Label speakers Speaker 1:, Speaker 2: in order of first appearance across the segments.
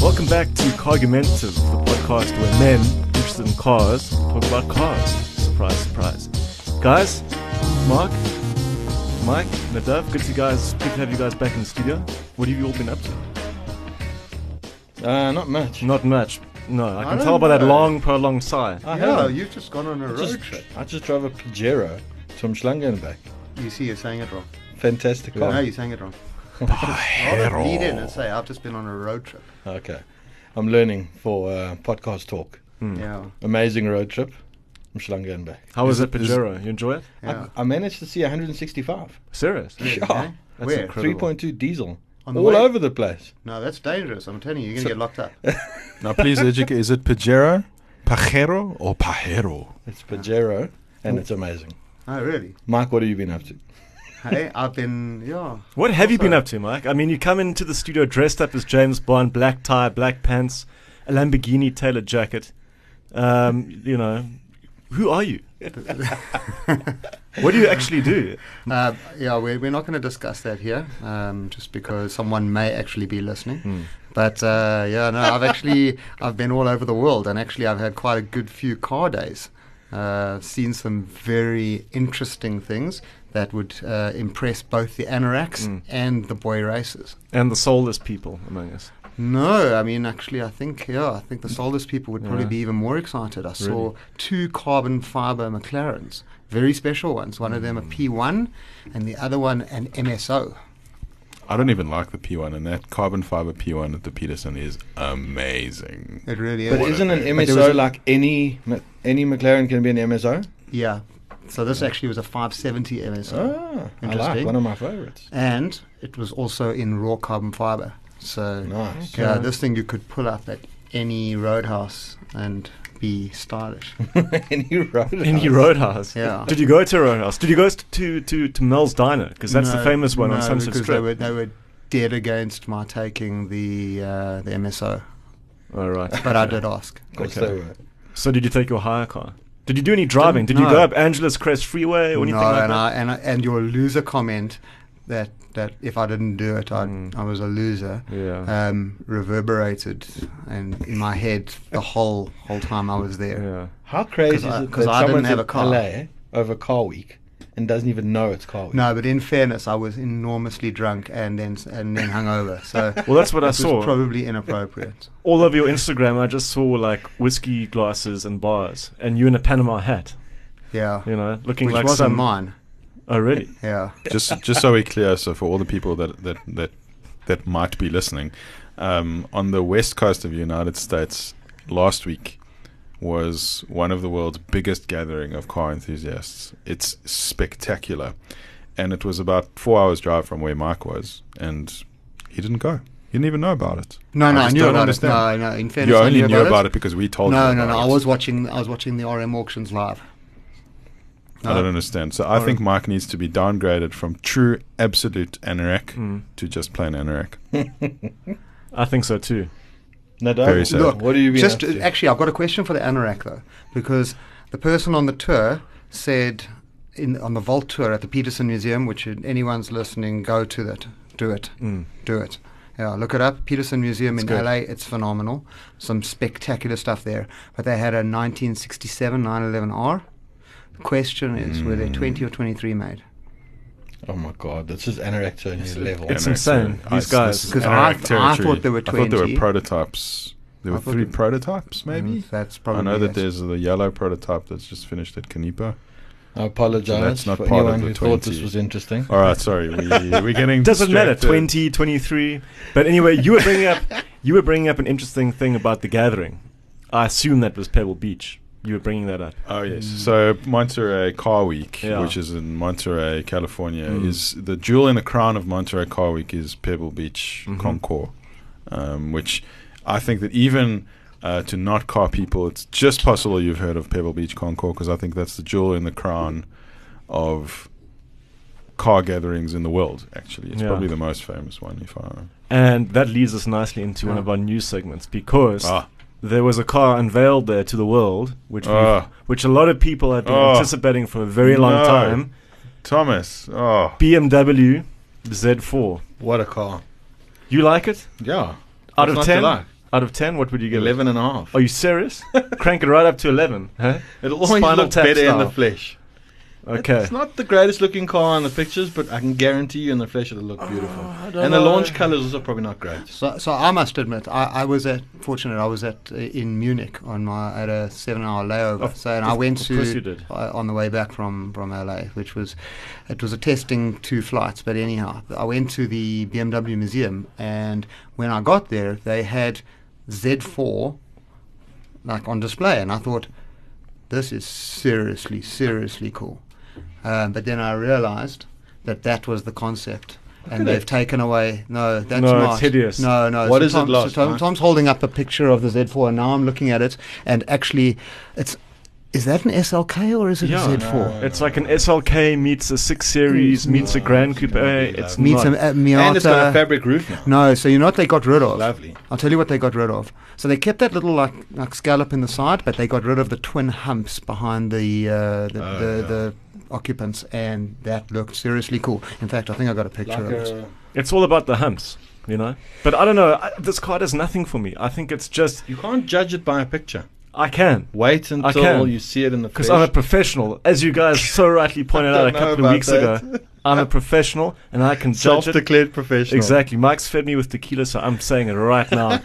Speaker 1: Welcome back to Cogumentative, the podcast where men interested in cars talk about cars. Surprise, surprise. Guys, Mark, Mike, Nadav, good to see you guys. Good to have you guys back in the studio. What have you all been up to?
Speaker 2: Uh, not much.
Speaker 1: Not much. No, I
Speaker 2: I
Speaker 1: can
Speaker 2: don't
Speaker 1: tell by that
Speaker 2: know.
Speaker 1: long, prolonged sigh.
Speaker 2: I
Speaker 3: yeah,
Speaker 2: haven't.
Speaker 3: you've just gone on a
Speaker 2: I
Speaker 3: road
Speaker 2: just,
Speaker 3: trip.
Speaker 2: I just drove a Pajero from Schlangen and back.
Speaker 3: You see, you're saying it wrong.
Speaker 2: Fantastic car.
Speaker 3: No, you're saying it wrong. Rather lead in and say, I've just been on a road trip.
Speaker 2: Okay. I'm learning for uh, podcast talk.
Speaker 1: Hmm.
Speaker 3: Yeah.
Speaker 2: Amazing road trip from Schlangen and back.
Speaker 1: How was that Pajero? You enjoy it?
Speaker 3: Yeah.
Speaker 2: I, I managed to see 165.
Speaker 1: Serious?
Speaker 3: Really,
Speaker 2: Yeah.
Speaker 3: eh?
Speaker 1: That's
Speaker 3: Where?
Speaker 1: incredible.
Speaker 2: 3.2 diesel.
Speaker 3: On the
Speaker 2: All
Speaker 3: way-
Speaker 2: over the place.
Speaker 3: No, that's dangerous. I'm telling you, you're going to get locked up.
Speaker 4: Now, please educate. Is it Pajero, Pajero, or Pajero?
Speaker 2: It's Pajero, and it's amazing.
Speaker 3: Oh, really?
Speaker 2: Mike, what have you been up to?
Speaker 3: Hey, I've been, yeah.
Speaker 1: What have you been
Speaker 3: Also-
Speaker 1: up to, Mike? I mean, you come into the studio dressed up as James Bond, black tie, black pants, a Lamborghini tailored jacket. Um, you know, who are you? what do you actually do?
Speaker 3: Uh, yeah, we're, we're not going to discuss that here, um, just because someone may actually be listening. But uh, yeah, no, I've actually I've been all over the world, and actually I've had quite a good few car days. Uh, seen some very interesting things that would uh, impress both the anoraks and the boy racers.
Speaker 1: And the soulless people among us.
Speaker 3: No, I mean actually, I think yeah, I think the soulless people would probably
Speaker 1: Yeah.
Speaker 3: be even more excited. I saw two carbon fiber McLarens, very special ones. One of them a
Speaker 2: Hmm.
Speaker 3: P1, and the other one an MSO.
Speaker 4: I don't even like the P1, and that carbon fiber P1 at the Peterson is amazing.
Speaker 3: It really is.
Speaker 2: But isn't an
Speaker 4: thing.
Speaker 3: But there was
Speaker 2: MSO
Speaker 3: a-
Speaker 2: like any Ma- any McLaren can be an MSO?
Speaker 3: Yeah. So this actually was a 570 MSO,
Speaker 2: Ah, I like
Speaker 3: Interesting.
Speaker 2: one of my favorites.
Speaker 3: and it was also in raw carbon fiber. So
Speaker 2: Nice.
Speaker 3: yeah, this thing you could pull up at any roadhouse and be stylish.
Speaker 2: any road.
Speaker 1: Any roadhouse?
Speaker 3: Yeah.
Speaker 1: Did you go to a roadhouse? Did you go st- to to, to Mel's Diner? Because that's the
Speaker 3: No,
Speaker 1: famous one on
Speaker 3: no,
Speaker 1: Sunset
Speaker 3: because They were,
Speaker 1: Strip.
Speaker 3: they were dead against my taking the uh, the MSO,
Speaker 1: All Oh, right.
Speaker 3: but I did ask.
Speaker 2: Of course
Speaker 1: Okay.
Speaker 2: they were.
Speaker 1: So did you take your hire car? Did you do any driving? Did
Speaker 3: Didn't-
Speaker 1: you
Speaker 3: no.
Speaker 1: go up Angela's Crest Freeway or anything
Speaker 3: no,
Speaker 1: like
Speaker 3: and
Speaker 1: that?
Speaker 3: I, and I, and your loser comment that that if I didn't do it, I
Speaker 1: Mm.
Speaker 3: I was a loser.
Speaker 1: yeah.
Speaker 3: Um, reverberated and in my head the whole whole time I was there.
Speaker 1: yeah.
Speaker 2: How crazy is
Speaker 3: 'Cause I-
Speaker 2: it
Speaker 3: 'cause
Speaker 2: that
Speaker 3: I didn't
Speaker 2: someone's
Speaker 3: have
Speaker 2: in
Speaker 3: a car.
Speaker 2: LA over car week and doesn't even know it's car week?
Speaker 3: No, but in fairness, I was enormously drunk and then and then hungover. So
Speaker 1: Well, that's what I
Speaker 3: it was
Speaker 1: saw.
Speaker 3: probably inappropriate.
Speaker 1: all over your Instagram, I just saw like whiskey glasses and bars, and you in a Panama hat,
Speaker 3: Yeah,
Speaker 1: you know, looking
Speaker 3: which
Speaker 1: like
Speaker 3: wasn't
Speaker 1: some.
Speaker 3: mine.
Speaker 1: Oh, really?
Speaker 3: Yeah,
Speaker 4: just just so we're clear, so for all the people that that that, that might be listening, um, on the west coast of the United States last week was one of the world's biggest gathering of car enthusiasts. It's spectacular, and it was about four hours drive from where Mike was, and he didn't go. He didn't even know about it.
Speaker 3: no, no, I,
Speaker 4: just
Speaker 3: knew
Speaker 4: don't
Speaker 3: about
Speaker 4: understand.
Speaker 3: it. No, no, in fairness,
Speaker 4: You
Speaker 3: I
Speaker 4: only knew about
Speaker 3: it.
Speaker 4: it because we told
Speaker 3: No,
Speaker 4: you.
Speaker 3: no,
Speaker 4: about
Speaker 3: no. I
Speaker 4: it.
Speaker 3: was watching. I was watching the RM auctions live.
Speaker 4: I don't understand. So I think Mike needs to be downgraded from true absolute anorak
Speaker 1: Hmm.
Speaker 4: to just plain anorak.
Speaker 1: I think so too.
Speaker 2: no
Speaker 4: Very sad.
Speaker 3: Look,
Speaker 2: what do you mean?
Speaker 3: Just uh,
Speaker 2: up to?
Speaker 3: actually, I've got a question for the anorak though, because the person on the tour said in on the Vault tour at the Peterson Museum, which if anyone's listening, go to that, do it,
Speaker 2: Mm.
Speaker 3: do it. Yeah, look it up. Peterson Museum in
Speaker 1: good.
Speaker 3: LA, it's phenomenal. Some spectacular stuff there. But they had a 1967 911R. The question is, were
Speaker 2: Mm.
Speaker 3: there 20 or 23 made?
Speaker 2: oh my god, this is anorak to a new level.
Speaker 1: It's
Speaker 4: Anorak
Speaker 1: insane.
Speaker 4: territory.
Speaker 1: These
Speaker 4: It's-
Speaker 1: guys-
Speaker 4: this is
Speaker 3: 'Cause I-
Speaker 4: anorak
Speaker 3: I
Speaker 4: territory.
Speaker 3: thought there were
Speaker 4: I thought there
Speaker 3: 20.
Speaker 4: were prototypes. There
Speaker 3: I
Speaker 4: were
Speaker 3: thought
Speaker 4: three
Speaker 3: there-
Speaker 4: prototypes, maybe.
Speaker 3: Mm, That's probably
Speaker 4: I know that
Speaker 3: it.
Speaker 4: there's the yellow prototype that's just finished at Kanipa.
Speaker 2: I apologize
Speaker 4: So that's not
Speaker 2: for
Speaker 4: part of
Speaker 2: anyone
Speaker 4: the
Speaker 2: who thought
Speaker 4: 20.
Speaker 2: this was interesting.
Speaker 4: All right, sorry, we, we're getting.
Speaker 1: It doesn't matter,
Speaker 4: distracted.
Speaker 1: 20, 23. But anyway, you were bringing up you were bringing up an interesting thing about the gathering. I assume that was Pebble Beach. You were bringing that up.
Speaker 4: Oh yes. So Monterey Car Week,
Speaker 1: Mm. Yeah. Mm.
Speaker 4: which is in Monterey, California, is the jewel in the crown of Monterey Car Week is Pebble Beach
Speaker 1: Mm-hmm.
Speaker 4: Concours, um, which I think that even uh, to not car people, it's just possible you've heard of Pebble Beach Concours because I think that's the jewel in the crown of car gatherings in the world. Actually, it's
Speaker 1: Yeah.
Speaker 4: probably the most famous one. If I
Speaker 1: And that leads us nicely into one of our news segments because
Speaker 4: ah
Speaker 1: there was a car unveiled there to the world, which we-
Speaker 4: Ah.
Speaker 1: which a lot of people had been
Speaker 4: Ah.
Speaker 1: anticipating for a very long
Speaker 4: No.
Speaker 1: time.
Speaker 4: Thomas. Oh,
Speaker 1: BMW Z4.
Speaker 2: What a car.
Speaker 1: You like it?
Speaker 4: yeah.
Speaker 1: Out
Speaker 4: What's
Speaker 1: of
Speaker 4: not to
Speaker 1: ten?
Speaker 4: like?
Speaker 1: Out of ten, what would you give? it?
Speaker 2: 11 and a half.
Speaker 4: Oh,
Speaker 1: Are you serious? Crank it right up to eleven, huh?
Speaker 2: It'll always
Speaker 1: Spinal
Speaker 2: look
Speaker 1: Tap
Speaker 2: better in the
Speaker 1: style.
Speaker 2: flesh.
Speaker 1: Okay.
Speaker 2: It's not the greatest looking car in the pictures, but I can guarantee you in the flesh it'll look beautiful.
Speaker 1: I
Speaker 2: and
Speaker 1: don't
Speaker 2: the
Speaker 1: know.
Speaker 2: launch colors are probably not great.
Speaker 3: So, so I must admit, I, I was at fortunate. I was at uh, in Munich on my at a seven-hour layover.
Speaker 1: Of-
Speaker 3: so and I
Speaker 1: of-
Speaker 3: went
Speaker 1: of
Speaker 3: to
Speaker 1: course you did.
Speaker 3: uh, on the way back from from LA, which was it was a testing two flights. But anyhow, I went to the BMW museum, and when I got there, they had Z4 like on display, and I thought this is seriously seriously cool. Um, but then I realised that that was the concept.
Speaker 2: at
Speaker 3: And they've
Speaker 2: it.
Speaker 3: taken away. No, that's
Speaker 1: No, it's
Speaker 3: not.
Speaker 1: hideous.
Speaker 3: No, no.
Speaker 2: What
Speaker 3: so
Speaker 2: is it
Speaker 3: Tom- so
Speaker 2: last
Speaker 3: Tom-
Speaker 2: night?
Speaker 3: Tom's holding up a picture of the Z4, and now I'm looking at it, and actually, it's is that an SLK or is it
Speaker 1: Yeah.
Speaker 3: a Z4?
Speaker 2: No,
Speaker 1: It's like an SLK meets a six series
Speaker 3: Mm.
Speaker 1: meets a
Speaker 2: No,
Speaker 1: Grand
Speaker 2: it's
Speaker 1: Coupe.
Speaker 2: gonna be
Speaker 1: it's
Speaker 2: lovely.
Speaker 3: Meets
Speaker 1: not.
Speaker 3: a, a Miata.
Speaker 2: And it's got a fabric roof now.
Speaker 3: no, so you know what they got rid of?
Speaker 2: Lovely.
Speaker 3: I'll tell you what they got rid of. So they kept that little like like scallop in the side, but they got rid of the twin humps behind the uh, the,
Speaker 2: Oh,
Speaker 3: the,
Speaker 2: yeah.
Speaker 3: the occupants, and that looked seriously cool. In fact, I think I got a picture
Speaker 2: Like
Speaker 3: of it.
Speaker 2: a,
Speaker 1: It's all about the humps, you know. But I don't know. I, this car does nothing for me. I think it's just
Speaker 2: you can't judge it by a picture.
Speaker 1: I can
Speaker 2: Wait until
Speaker 1: can,
Speaker 2: you see it in the flesh.
Speaker 1: because I'm a professional, as you guys so rightly pointed out a
Speaker 2: don't know
Speaker 1: couple of
Speaker 2: about
Speaker 1: weeks
Speaker 2: that.
Speaker 1: ago. I'm a professional, and I can judge it
Speaker 2: Self-declared professional.
Speaker 1: exactly. Mike's fed me with tequila, so I'm saying it right now.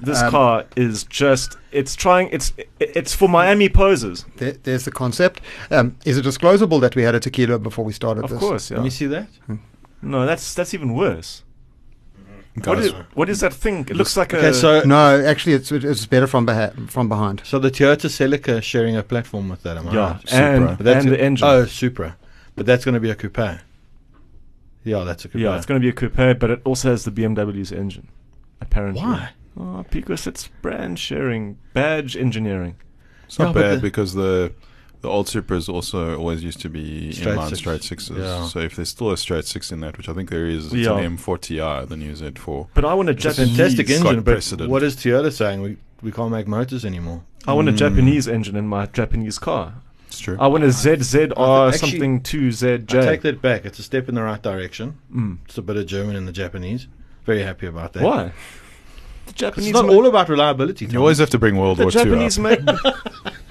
Speaker 1: This
Speaker 2: Um,
Speaker 1: car is just—it's trying. It's i- it's for Miami posers,
Speaker 3: There, there's the concept. Um, is it disclosable that we had a tequila before we started
Speaker 1: of
Speaker 3: this? Hmm.
Speaker 1: course. Yeah.
Speaker 2: Let me see that.
Speaker 1: No, that's that's even worse. What
Speaker 4: Guys,
Speaker 1: is what is that thing? It looks like
Speaker 2: Okay,
Speaker 1: a
Speaker 2: so
Speaker 3: No, actually, it's it's better from beha- from behind.
Speaker 2: so the Toyota Celica is sharing a platform with that, am I
Speaker 1: yeah, and,
Speaker 2: right?
Speaker 4: Supra.
Speaker 2: But that's
Speaker 1: and the
Speaker 2: a-
Speaker 1: engine.
Speaker 2: Oh, Supra. But that's going to be a coupe. Yeah, that's a coupe.
Speaker 1: Yeah, it's going to be a coupe, but it also has the BMW's engine, apparently.
Speaker 2: Why?
Speaker 1: Oh, because it's brand sharing, badge engineering.
Speaker 4: It's not
Speaker 2: Yeah, but
Speaker 4: bad
Speaker 2: the-
Speaker 4: because the the old Supras also always used to be
Speaker 2: Straight
Speaker 4: inline
Speaker 2: six.
Speaker 4: straight sixes.
Speaker 2: Yeah.
Speaker 4: So if there's still a straight six in that, which I think there is, it's
Speaker 1: Yeah.
Speaker 4: an M40i, the new Z4.
Speaker 1: But I want a
Speaker 2: It's a
Speaker 1: Japanese.
Speaker 2: fantastic engine,
Speaker 4: got
Speaker 2: but
Speaker 4: precedent.
Speaker 2: what is Toyota saying? We we can't make motors anymore.
Speaker 1: I want a
Speaker 4: Mm.
Speaker 1: Japanese engine in my Japanese car.
Speaker 4: It's true.
Speaker 1: I want a ZZR
Speaker 2: Actually,
Speaker 1: something two ZJ.
Speaker 2: I take that back. It's a step in the right direction.
Speaker 1: Mm.
Speaker 2: It's a bit of German and the Japanese. Very happy about that.
Speaker 1: Why? The
Speaker 2: It's
Speaker 1: Japanese.
Speaker 2: not
Speaker 1: ma-
Speaker 2: all about reliability.
Speaker 4: you always have to bring World
Speaker 1: the
Speaker 4: War II
Speaker 1: Japanese
Speaker 4: up.
Speaker 1: make.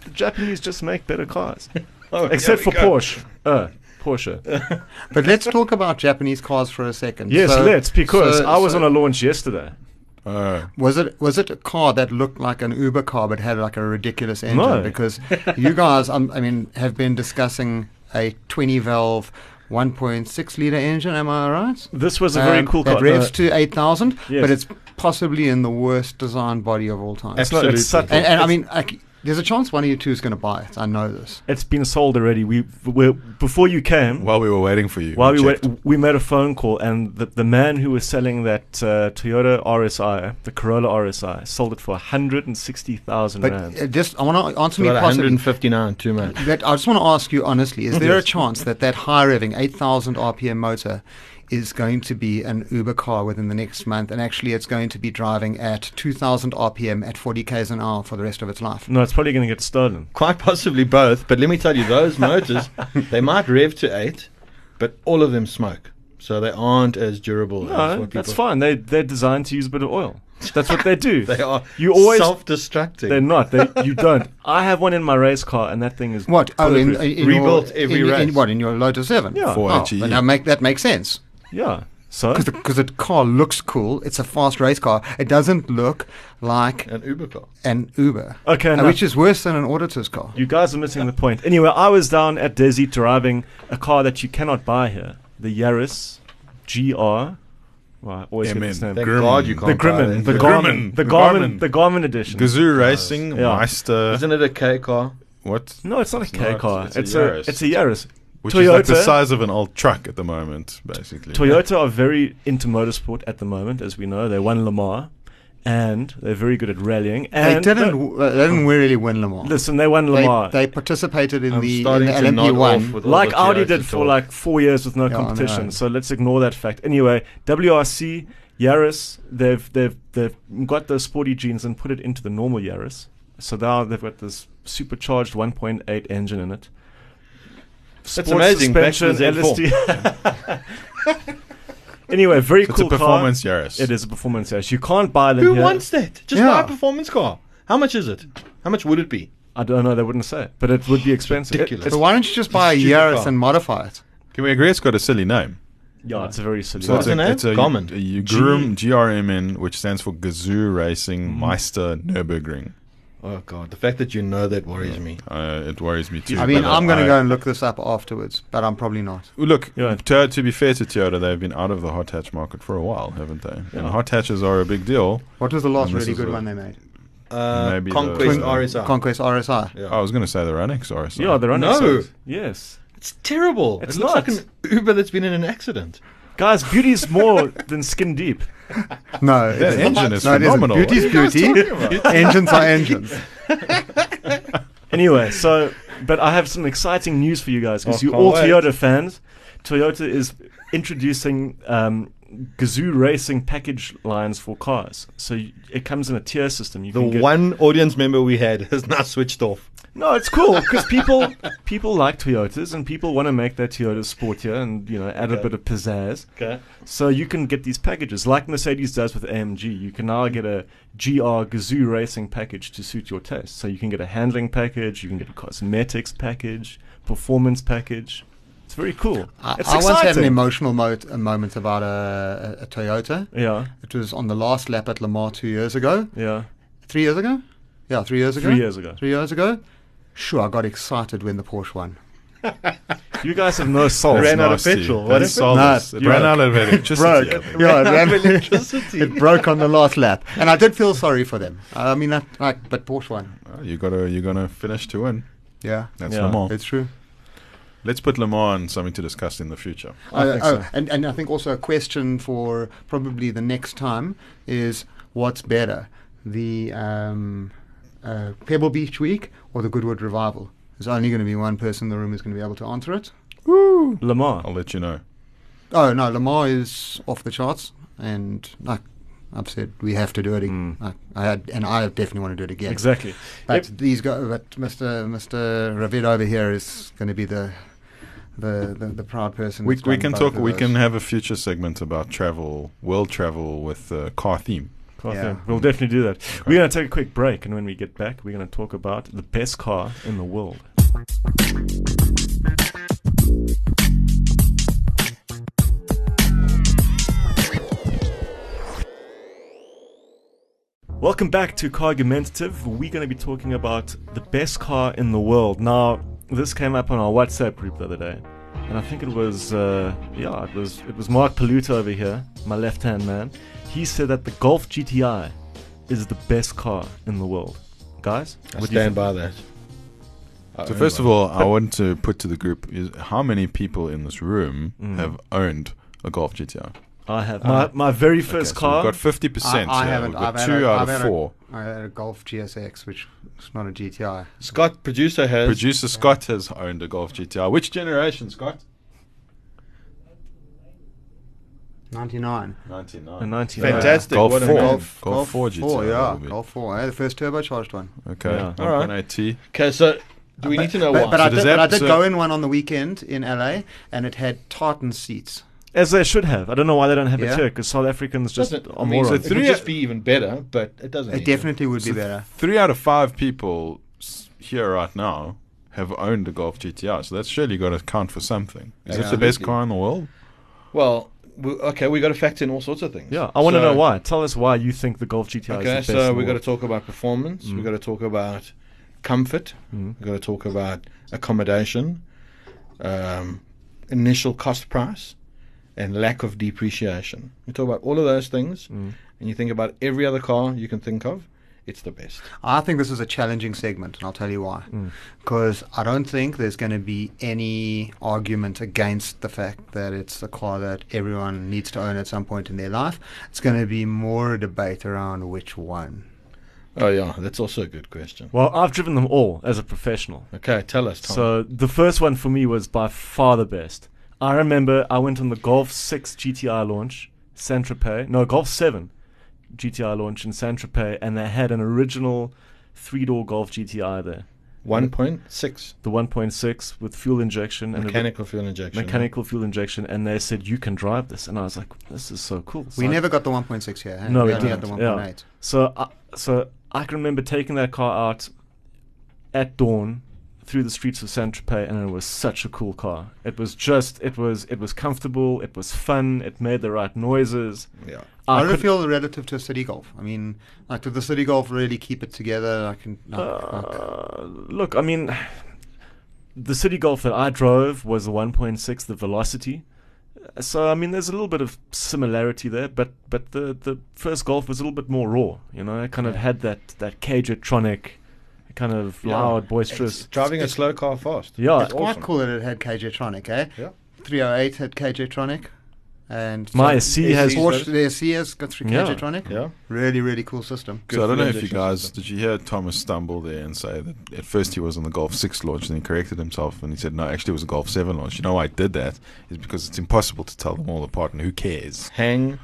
Speaker 1: the Japanese just make better cars,
Speaker 2: oh, here
Speaker 1: except
Speaker 2: we
Speaker 1: for
Speaker 2: go.
Speaker 1: Porsche. Uh, Porsche.
Speaker 3: But let's talk about Japanese cars for a second.
Speaker 1: Yes,
Speaker 3: So-
Speaker 1: let's because
Speaker 3: so-
Speaker 1: I was
Speaker 3: so
Speaker 1: on a launch yesterday.
Speaker 4: Oh.
Speaker 3: Was it was it a car that looked like an Uber car but had like a ridiculous engine?
Speaker 1: No.
Speaker 3: Because you guys, um, I mean, have been discussing a 20 valve, 1.6 liter engine. Am I right?
Speaker 1: This was a very
Speaker 3: Um,
Speaker 1: cool
Speaker 3: that
Speaker 1: car.
Speaker 3: revs
Speaker 1: Uh,
Speaker 3: to 8,000,
Speaker 1: yes.
Speaker 3: but it's possibly in the worst designed body of all time.
Speaker 1: it's not-
Speaker 2: Absolutely.
Speaker 1: it's subtle.
Speaker 3: And, and I
Speaker 1: It's-
Speaker 3: mean, like, there's a chance one of you two is going to buy it. I know this.
Speaker 1: It's been sold already. We we before you came.
Speaker 4: While we were waiting for you.
Speaker 1: while we were,
Speaker 4: checked.
Speaker 1: we made a phone call, and the, the man who was selling that uh, Toyota RSI, the Corolla RSI, sold it for 160,000
Speaker 3: But
Speaker 1: rand.
Speaker 3: uh, just, I want to answer
Speaker 2: It's
Speaker 3: me
Speaker 2: about
Speaker 3: possibly.
Speaker 2: 159 too much.
Speaker 3: That, I just want to ask you honestly: Is there
Speaker 1: Yes.
Speaker 3: a chance that that high revving, eight thousand RPM motor, is going to be an Uber car within the next month, and actually it's going to be driving at two thousand RPM at forty k's an hour for the rest of its life?
Speaker 1: no, it's probably going to get stolen.
Speaker 2: Quite possibly both, but let me tell you, those motors, they might rev to eight, but all of them smoke. So they aren't as durable as
Speaker 1: No,
Speaker 2: what
Speaker 1: that's
Speaker 2: people
Speaker 1: fine. They they're designed to use a bit of oil. That's what they do.
Speaker 2: They are
Speaker 1: You always-
Speaker 2: self destructing.
Speaker 1: They're not. They, you don't. I have one in my race car, and that thing is
Speaker 3: What? Oh, in,
Speaker 1: bulletproof.
Speaker 3: in
Speaker 2: Rebuilt
Speaker 3: your,
Speaker 2: every
Speaker 3: in, in
Speaker 2: race.
Speaker 3: what in your Lotus Seven?
Speaker 1: Yeah.
Speaker 4: For
Speaker 3: oh,
Speaker 4: HE.
Speaker 3: but now make that make sense
Speaker 1: yeah. So
Speaker 3: because the, 'cause the car looks cool. It's a fast race car. It doesn't look like
Speaker 2: An Uber car.
Speaker 3: an Uber,
Speaker 1: Okay,
Speaker 3: uh,
Speaker 1: enough.
Speaker 3: which is worse than an auditor's car.
Speaker 1: You guys are missing the point. Anyway, I was down at Desi driving a car that you cannot buy here, the Yaris GR. Well, I always get
Speaker 4: MN.
Speaker 1: this name.
Speaker 2: Thank
Speaker 1: The
Speaker 4: Grimmin.
Speaker 2: God you can't buy
Speaker 1: Grimmin,
Speaker 2: that.
Speaker 1: the
Speaker 4: The
Speaker 1: Garmin,
Speaker 4: Grimmin,
Speaker 1: the
Speaker 4: the
Speaker 1: Garmin,
Speaker 4: Garmin.
Speaker 1: the Garmin edition.
Speaker 4: Gazoo Racing,
Speaker 1: Yeah.
Speaker 4: Meister.
Speaker 2: Isn't it a K car?
Speaker 4: what?
Speaker 1: No, it's not a K
Speaker 4: not.
Speaker 1: car. It's,
Speaker 4: It's a
Speaker 1: a,
Speaker 4: Yaris.
Speaker 1: it's a Yaris.
Speaker 4: Which is
Speaker 1: Toyota.
Speaker 4: like the size of an old truck at the moment, basically.
Speaker 1: Toyota are very into motorsport at the moment, as we know. They won Le Mans, and they're very good at rallying.
Speaker 3: They
Speaker 1: And
Speaker 3: didn't. w They didn't really win Le Mans.
Speaker 1: listen. They won Le
Speaker 3: They-
Speaker 1: Mans.
Speaker 3: They, participated in
Speaker 2: I'm
Speaker 3: the, in
Speaker 2: starting
Speaker 3: the
Speaker 2: to nod off
Speaker 3: LMP1.
Speaker 2: with all
Speaker 1: like
Speaker 2: the
Speaker 1: Audi
Speaker 2: Toyota
Speaker 1: did for
Speaker 2: talk.
Speaker 1: like four years with no
Speaker 3: Yeah, I
Speaker 1: competition.
Speaker 3: know.
Speaker 1: So let's ignore that fact. Anyway, WRC Yaris, they've they've they've got those sporty genes and put it into the normal Yaris. So now they've got this supercharged 1.8 engine in it. Sports
Speaker 2: amazing, back to
Speaker 1: Suspension,
Speaker 2: the Z4.
Speaker 1: LSD. anyway, very
Speaker 4: It's
Speaker 1: cool
Speaker 4: a performance
Speaker 1: car.
Speaker 4: Yaris.
Speaker 1: It is a performance Yaris. You can't buy them
Speaker 2: Who
Speaker 1: here.
Speaker 2: wants that? Just
Speaker 3: Yeah.
Speaker 2: buy a performance car. How much is it? How much would it be?
Speaker 1: I don't know. They wouldn't say, but it would be expensive. It-
Speaker 2: ridiculous.
Speaker 1: it's-
Speaker 3: So why don't you just buy a
Speaker 2: Stupid
Speaker 3: Yaris
Speaker 2: car.
Speaker 3: and modify it?
Speaker 4: Can we agree it's got a silly name?
Speaker 1: yeah, it's a very silly.
Speaker 4: So
Speaker 1: one.
Speaker 2: What's
Speaker 4: it's
Speaker 2: the
Speaker 4: a,
Speaker 2: name?
Speaker 4: it's a,
Speaker 2: Garmin.
Speaker 4: a U- Grum, GRMN, which stands for Gazoo Racing
Speaker 2: Mm.
Speaker 4: Meister Nürburgring.
Speaker 2: Oh God, the fact that you know that worries me.
Speaker 4: Uh, it worries me too.
Speaker 3: I mean,
Speaker 4: but
Speaker 3: I'm going
Speaker 4: I-
Speaker 3: to go and look this up afterwards, but I'm probably not.
Speaker 4: Look,
Speaker 1: Yeah.
Speaker 4: to, to be fair to Toyota, they've been out of the hot hatch market for a while, haven't they? And hot hatches are a big deal.
Speaker 3: What was the last
Speaker 4: And this
Speaker 3: really
Speaker 4: is
Speaker 3: good
Speaker 4: a-
Speaker 3: one they made?
Speaker 2: Uh,
Speaker 4: Maybe the-
Speaker 2: Conquest
Speaker 4: Twin-
Speaker 2: RSR.
Speaker 3: Conquest RSI.
Speaker 2: Yeah.
Speaker 4: I was going to say the Ronex are. so-
Speaker 1: yeah, they're on
Speaker 2: No.
Speaker 1: exercise. Yes,
Speaker 2: It's terrible.
Speaker 1: It's
Speaker 2: it looks
Speaker 1: not.
Speaker 2: like an Uber that's been in an accident.
Speaker 1: guys, beauty is more than skin deep.
Speaker 3: No, it
Speaker 4: That
Speaker 3: isn't.
Speaker 4: engine is
Speaker 3: No, it isn't.
Speaker 4: phenomenal.
Speaker 3: Beauty's beauty. engines are engines.
Speaker 1: Anyway, so but I have some exciting news for you guys because
Speaker 2: Oh,
Speaker 1: you're
Speaker 2: can't
Speaker 1: all
Speaker 2: wait.
Speaker 1: Toyota fans. Toyota is introducing um, Gazoo Racing package lines for cars. So y it comes in a tier system. You
Speaker 2: The
Speaker 1: can get,
Speaker 2: one audience member we had has now switched off.
Speaker 1: No, it's cool because people people like Toyotas and people want to make their Toyotas sportier and you know add a
Speaker 2: Okay.
Speaker 1: bit of pizzazz.
Speaker 2: Okay.
Speaker 1: So you can get these packages like Mercedes does with AMG. You can now get a GR Gazoo racing package to suit your taste. So you can get a handling package, you can get a cosmetics package, performance package. It's very cool.
Speaker 3: I,
Speaker 1: it's
Speaker 3: I
Speaker 1: exciting.
Speaker 3: once had an emotional mo- a moment about a, a, a Toyota.
Speaker 1: yeah,
Speaker 3: It was on the last lap at Le Mans two years ago.
Speaker 1: yeah.
Speaker 3: Three years ago? Yeah, three years ago.
Speaker 1: Three years ago.
Speaker 3: Three years ago. Sure, I got excited when the Porsche won.
Speaker 1: You guys have no soul.
Speaker 4: That's
Speaker 2: Ran out of
Speaker 4: nasty.
Speaker 2: petrol. What
Speaker 4: That's
Speaker 2: if it-
Speaker 4: soulless.
Speaker 1: Nah,
Speaker 4: It
Speaker 1: you-
Speaker 4: ran out of electricity. I
Speaker 3: Broke.
Speaker 4: think.
Speaker 3: Yeah, it, ran-
Speaker 2: electricity.
Speaker 3: it broke on the last lap. And I did feel sorry for them. I mean, that, like, but Porsche won.
Speaker 4: Well, You gotta, you're gonna finish to win.
Speaker 3: Yeah,
Speaker 4: That's
Speaker 1: Yeah.
Speaker 4: Le Mans.
Speaker 3: it's true.
Speaker 4: Let's put Le Mans on something to discuss in the future.
Speaker 1: I
Speaker 3: Uh,
Speaker 1: think
Speaker 3: oh,
Speaker 1: so.
Speaker 3: and, and I think also a question for probably the next time is what's better, the um, uh, Pebble Beach week or the Goodwood revival? There's only going to be one person in the room who's going to be able to answer it.
Speaker 4: Woo!
Speaker 1: Lamar.
Speaker 4: I'll let you know.
Speaker 3: Oh no, Lamar is off the charts, and like I've said, we have to do it.
Speaker 4: Hmm.
Speaker 3: again.
Speaker 1: Mm.
Speaker 3: Like, I had, and I definitely want to do it again.
Speaker 1: Exactly.
Speaker 3: But
Speaker 1: Yep.
Speaker 3: these guys, but Mr. Mr. Ravid over here is going to be the the, the, the proud person.
Speaker 4: We,
Speaker 3: that's
Speaker 4: we
Speaker 3: done
Speaker 4: can
Speaker 3: both
Speaker 4: talk.
Speaker 3: of
Speaker 4: We
Speaker 3: those.
Speaker 4: can have a future segment about travel, world travel with uh, car theme.
Speaker 1: Cool
Speaker 3: Yeah.
Speaker 1: thing. We'll definitely do that. We're going to take a quick break, and when we get back, we're going to talk about the best car in the world. Welcome back to Cargumentative. We're going to be talking about the best car in the world. Now, this came up on our WhatsApp group the other day, and I think it was uh, yeah, it was it was Mark Paluta over here, my left-hand man. He said that the Golf GTI is the best car in the world. Guys,
Speaker 2: I
Speaker 1: what do you think?
Speaker 2: stand by that. I
Speaker 4: So
Speaker 2: own
Speaker 4: first of
Speaker 2: one.
Speaker 4: all, I want to put to the group is how many people in this room
Speaker 1: Mm.
Speaker 4: have owned a Golf GTR?
Speaker 1: I have
Speaker 2: Uh,
Speaker 1: my, my very first
Speaker 4: Okay, so
Speaker 1: car.
Speaker 4: we've got fifty percent.
Speaker 3: I- I haven't.
Speaker 4: We've got
Speaker 3: I've had
Speaker 4: two
Speaker 3: a-
Speaker 4: out
Speaker 3: I've
Speaker 4: of
Speaker 3: had a-
Speaker 4: four.
Speaker 3: I had a Golf GSX, which is not a GTI.
Speaker 2: Scott producer has
Speaker 4: Producer Scott has owned a Golf GTR. Which generation, Scott?
Speaker 3: 99.
Speaker 1: a
Speaker 4: 99.
Speaker 1: 99.
Speaker 2: Fantastic.
Speaker 4: Golf
Speaker 2: what a
Speaker 4: four.
Speaker 2: man.
Speaker 4: Golf- four GTI, that
Speaker 3: yeah.
Speaker 4: would be.
Speaker 3: Golf 4. eh, the first turbocharged one.
Speaker 4: Okay.
Speaker 1: Yeah.
Speaker 4: All right. 1.8T.
Speaker 2: Okay, so do we need to know
Speaker 3: But,
Speaker 2: why?
Speaker 3: but
Speaker 4: So
Speaker 3: I,
Speaker 4: does
Speaker 3: did,
Speaker 4: that-
Speaker 3: but I did
Speaker 4: so-
Speaker 3: go in one on the weekend in LA, and it had tartan seats.
Speaker 1: As they should have. I don't know why they don't have
Speaker 3: Yeah.
Speaker 1: it here because South Africans just
Speaker 2: Doesn't-
Speaker 1: are
Speaker 2: I mean,
Speaker 1: morons.
Speaker 4: so
Speaker 2: it
Speaker 4: three-
Speaker 2: would just be even better, but it doesn't. need
Speaker 3: It
Speaker 2: to.
Speaker 3: definitely would be
Speaker 4: So
Speaker 3: better.
Speaker 4: Three out of five people s- here right now have owned a Golf GTR, so that's surely got to count for something. Is it the best
Speaker 2: Absolutely.
Speaker 4: car in the world?
Speaker 2: Well, we, okay, we got to factor in all sorts of things.
Speaker 1: Yeah, I want to
Speaker 2: So-
Speaker 1: know why. Tell us why you think the Golf GTI is the
Speaker 2: Okay,
Speaker 1: best.
Speaker 2: so
Speaker 1: in
Speaker 2: we
Speaker 1: the
Speaker 2: got to
Speaker 1: world.
Speaker 2: talk about performance. we
Speaker 1: Mm.
Speaker 2: We got to talk about comfort.
Speaker 1: Mm.
Speaker 2: We've got to talk about accommodation, um, initial cost price, and lack of depreciation. You talk about all of those things,
Speaker 1: Mm.
Speaker 2: and you think about every other car you can think of. It's the best.
Speaker 3: I think this is a challenging segment, and I'll tell you why.
Speaker 1: Mm.
Speaker 3: Because I don't think there's going to be any argument against the fact that it's a car that everyone needs to own at some point in their life. It's going to be more a debate around which one.
Speaker 2: Oh yeah, that's also a good question.
Speaker 1: Well, I've driven them all as a professional.
Speaker 2: Okay, tell us, Tom.
Speaker 1: So the first one for me was by far the best. I remember I went on the Golf 6 GTI launch Saint Tropez. No, Golf 7 GTI launch in Saint Tropez, and they had an original three door Golf GTI there.
Speaker 2: One point six
Speaker 1: The 1.6 with fuel injection and a-
Speaker 2: mechanical fuel injection.
Speaker 1: mechanical fuel injection, and they said you can drive this, and I was like, this is so cool. So
Speaker 3: We
Speaker 1: I-
Speaker 3: never got the 1.6 here. eh?
Speaker 1: No, we
Speaker 3: only had
Speaker 1: didn't.
Speaker 3: the
Speaker 1: yeah.
Speaker 3: 1.8.
Speaker 1: So, I so I can remember taking that car out at dawn through the streets of Saint Tropez, and it was such a cool car. It was just, it was, it was comfortable. It was fun. It made the right noises.
Speaker 2: Yeah.
Speaker 1: I
Speaker 3: How did it
Speaker 1: couldn't-
Speaker 3: feel relative to a city golf? I mean, like did the city golf really keep it together? I can. Like, like-
Speaker 1: Uh, look, I mean, the city golf that I drove was a 1.6, the Velocity. So I mean, there's a little bit of similarity there, but but the the first golf was a little bit more raw. You know, it kind of had that that cagetronic, kind of
Speaker 2: Yeah.
Speaker 1: loud,
Speaker 2: It's
Speaker 1: boisterous.
Speaker 2: driving a slow car fast.
Speaker 1: Yeah.
Speaker 3: it's quite
Speaker 2: awesome.
Speaker 3: cool that it had KJ Tronic, eh?
Speaker 2: Yeah.
Speaker 3: 308 had KJ Tronic, and
Speaker 1: My
Speaker 3: so-
Speaker 1: SC has-
Speaker 3: Porsche. The SC has got through
Speaker 1: Yeah.
Speaker 3: KJ Tronic.
Speaker 2: Yeah.
Speaker 3: Really, really cool system.
Speaker 2: Good
Speaker 4: so I don't
Speaker 2: fuel
Speaker 4: know if you
Speaker 2: injection
Speaker 4: guys
Speaker 2: system.
Speaker 4: did you hear Thomas stumble there and say that at first he was on the Golf Six launch and he corrected himself and he said no actually it was a Golf Seven launch. You know why I did that is because it's impossible to tell them all apart and who cares,
Speaker 2: Hang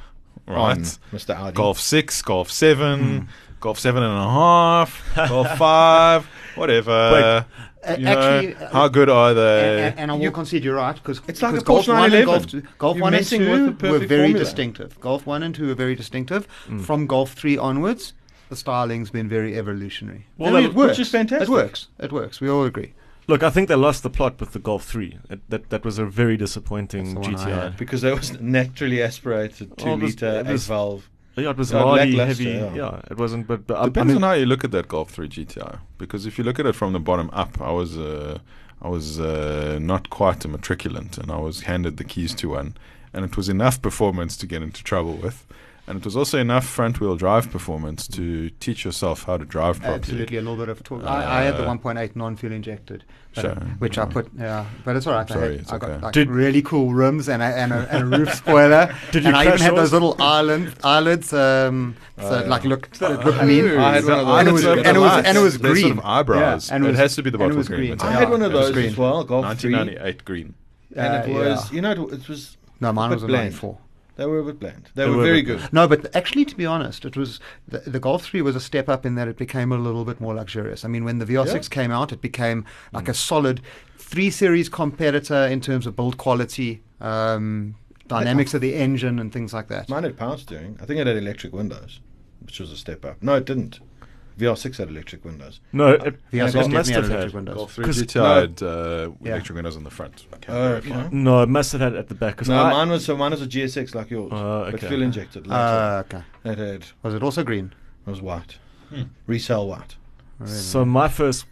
Speaker 4: right?
Speaker 2: on, Mr. Audi.
Speaker 4: Golf Six, Golf
Speaker 3: Hmm.
Speaker 4: Seven, Golf Seven and a half, Golf Five, whatever.
Speaker 3: Wait,
Speaker 4: you
Speaker 3: uh, actually,
Speaker 4: know,
Speaker 3: uh,
Speaker 4: how good are
Speaker 3: And,
Speaker 4: they?
Speaker 3: and- and I will
Speaker 2: you-
Speaker 3: concede you're right because
Speaker 2: It's like a
Speaker 3: golf
Speaker 2: Porsche
Speaker 3: one and
Speaker 2: 911.
Speaker 3: golf two, golf
Speaker 2: You're
Speaker 3: one and
Speaker 2: messing with the
Speaker 3: two were
Speaker 2: perfect
Speaker 3: very
Speaker 2: formula.
Speaker 3: distinctive. Golf one and two were very distinctive.
Speaker 1: Mm.
Speaker 3: From golf three onwards, the styling's been very evolutionary.
Speaker 1: Well,
Speaker 3: And
Speaker 1: that
Speaker 3: it
Speaker 2: was-
Speaker 3: works.
Speaker 2: which is fantastic.
Speaker 3: It works. It works. We all agree.
Speaker 1: Look, I think they lost the plot with the Golf Three. It, that that was a very disappointing
Speaker 3: That's the one I
Speaker 1: GTI.
Speaker 3: had.
Speaker 2: because there was naturally aspirated two
Speaker 1: Well, it was-
Speaker 2: liter
Speaker 1: it was-
Speaker 2: eight valve.
Speaker 1: Yeah, it was
Speaker 2: Yeah,
Speaker 1: hardy,
Speaker 2: lackluster,
Speaker 1: heavy.
Speaker 2: yeah.
Speaker 1: Yeah. it wasn't. But, but I-
Speaker 4: Depends
Speaker 1: I mean,
Speaker 4: on how you look at that Golf 3 GTI. Because if you look at it from the bottom up, I was uh, I was uh, not quite a matriculant, and I was handed the keys to one, and it was enough performance to get into trouble with, and it was also enough front-wheel drive performance to teach yourself how to drive properly.
Speaker 3: Absolutely, a little bit of talk. I, I had the
Speaker 4: Uh,
Speaker 3: 1.8 non-fuel injected, but-
Speaker 4: Sure.
Speaker 3: which I put. Yeah, but it's all right. I,
Speaker 4: Sorry,
Speaker 3: had,
Speaker 4: it's
Speaker 3: I got
Speaker 4: okay.
Speaker 3: like
Speaker 1: Did-
Speaker 3: really cool rims and a, and a, and a roof spoiler.
Speaker 1: Did you
Speaker 3: and I even
Speaker 1: crash
Speaker 3: had those
Speaker 1: yours?
Speaker 3: little island eyelids. Um, so
Speaker 2: Oh,
Speaker 3: it,
Speaker 2: yeah.
Speaker 3: like look, it looked mean.
Speaker 2: I had one of
Speaker 4: And
Speaker 2: those.
Speaker 4: it was,
Speaker 2: And it
Speaker 4: and it
Speaker 2: was-
Speaker 4: was,
Speaker 2: and it
Speaker 3: was
Speaker 4: Sort
Speaker 3: green.
Speaker 4: of eyebrows.
Speaker 3: Yeah, and it
Speaker 4: it,
Speaker 3: was-
Speaker 4: has to be the
Speaker 3: and it
Speaker 4: bottle
Speaker 3: was
Speaker 4: green.
Speaker 3: green.
Speaker 4: It's
Speaker 2: I
Speaker 3: Yeah,
Speaker 2: had one of
Speaker 3: it was
Speaker 2: those
Speaker 3: green.
Speaker 2: as well, Golf 3. And
Speaker 4: 1998 green.
Speaker 2: it
Speaker 3: Uh,
Speaker 2: was,
Speaker 3: yeah.
Speaker 2: you know, it, it was,
Speaker 3: No, mine
Speaker 2: bit
Speaker 3: was a
Speaker 2: bland.
Speaker 3: 94.
Speaker 2: they were a bit bland. They,
Speaker 1: They
Speaker 2: were,
Speaker 1: were a
Speaker 2: very
Speaker 1: bit
Speaker 2: good.
Speaker 1: bland.
Speaker 3: No, but actually, to be honest, it was the, the Golf 3 was a step up in that it became a little bit more luxurious. I mean, when the VR6
Speaker 2: Yeah. Mm.
Speaker 3: came out, it became like a solid 3 Series competitor in terms of build quality, um, dynamics of the engine, and things like that.
Speaker 2: Mine had power steering. I think it had electric windows, which was a step up. No, it didn't. VR6 had electric windows. Uh,
Speaker 1: no, it,
Speaker 3: The VR6
Speaker 1: it
Speaker 2: Golf
Speaker 1: must
Speaker 3: definitely had
Speaker 1: have
Speaker 3: electric
Speaker 1: had.
Speaker 3: windows.
Speaker 4: Golf 3
Speaker 1: Because-
Speaker 4: GTI
Speaker 2: No.
Speaker 4: had uh,
Speaker 3: Yeah.
Speaker 4: electric windows on the front. I can't
Speaker 2: Oh,
Speaker 4: verify.
Speaker 2: okay.
Speaker 1: No, it must have had at the back. 'cause
Speaker 2: No,
Speaker 1: Mm. I-
Speaker 2: mine was so mine was a GSX like yours,
Speaker 1: Oh,
Speaker 2: but
Speaker 1: okay.
Speaker 2: fuel injected.
Speaker 3: Uh,
Speaker 2: lighter.
Speaker 3: okay.
Speaker 2: it had it
Speaker 3: Was it also green?
Speaker 2: was white, resale white.
Speaker 1: So my first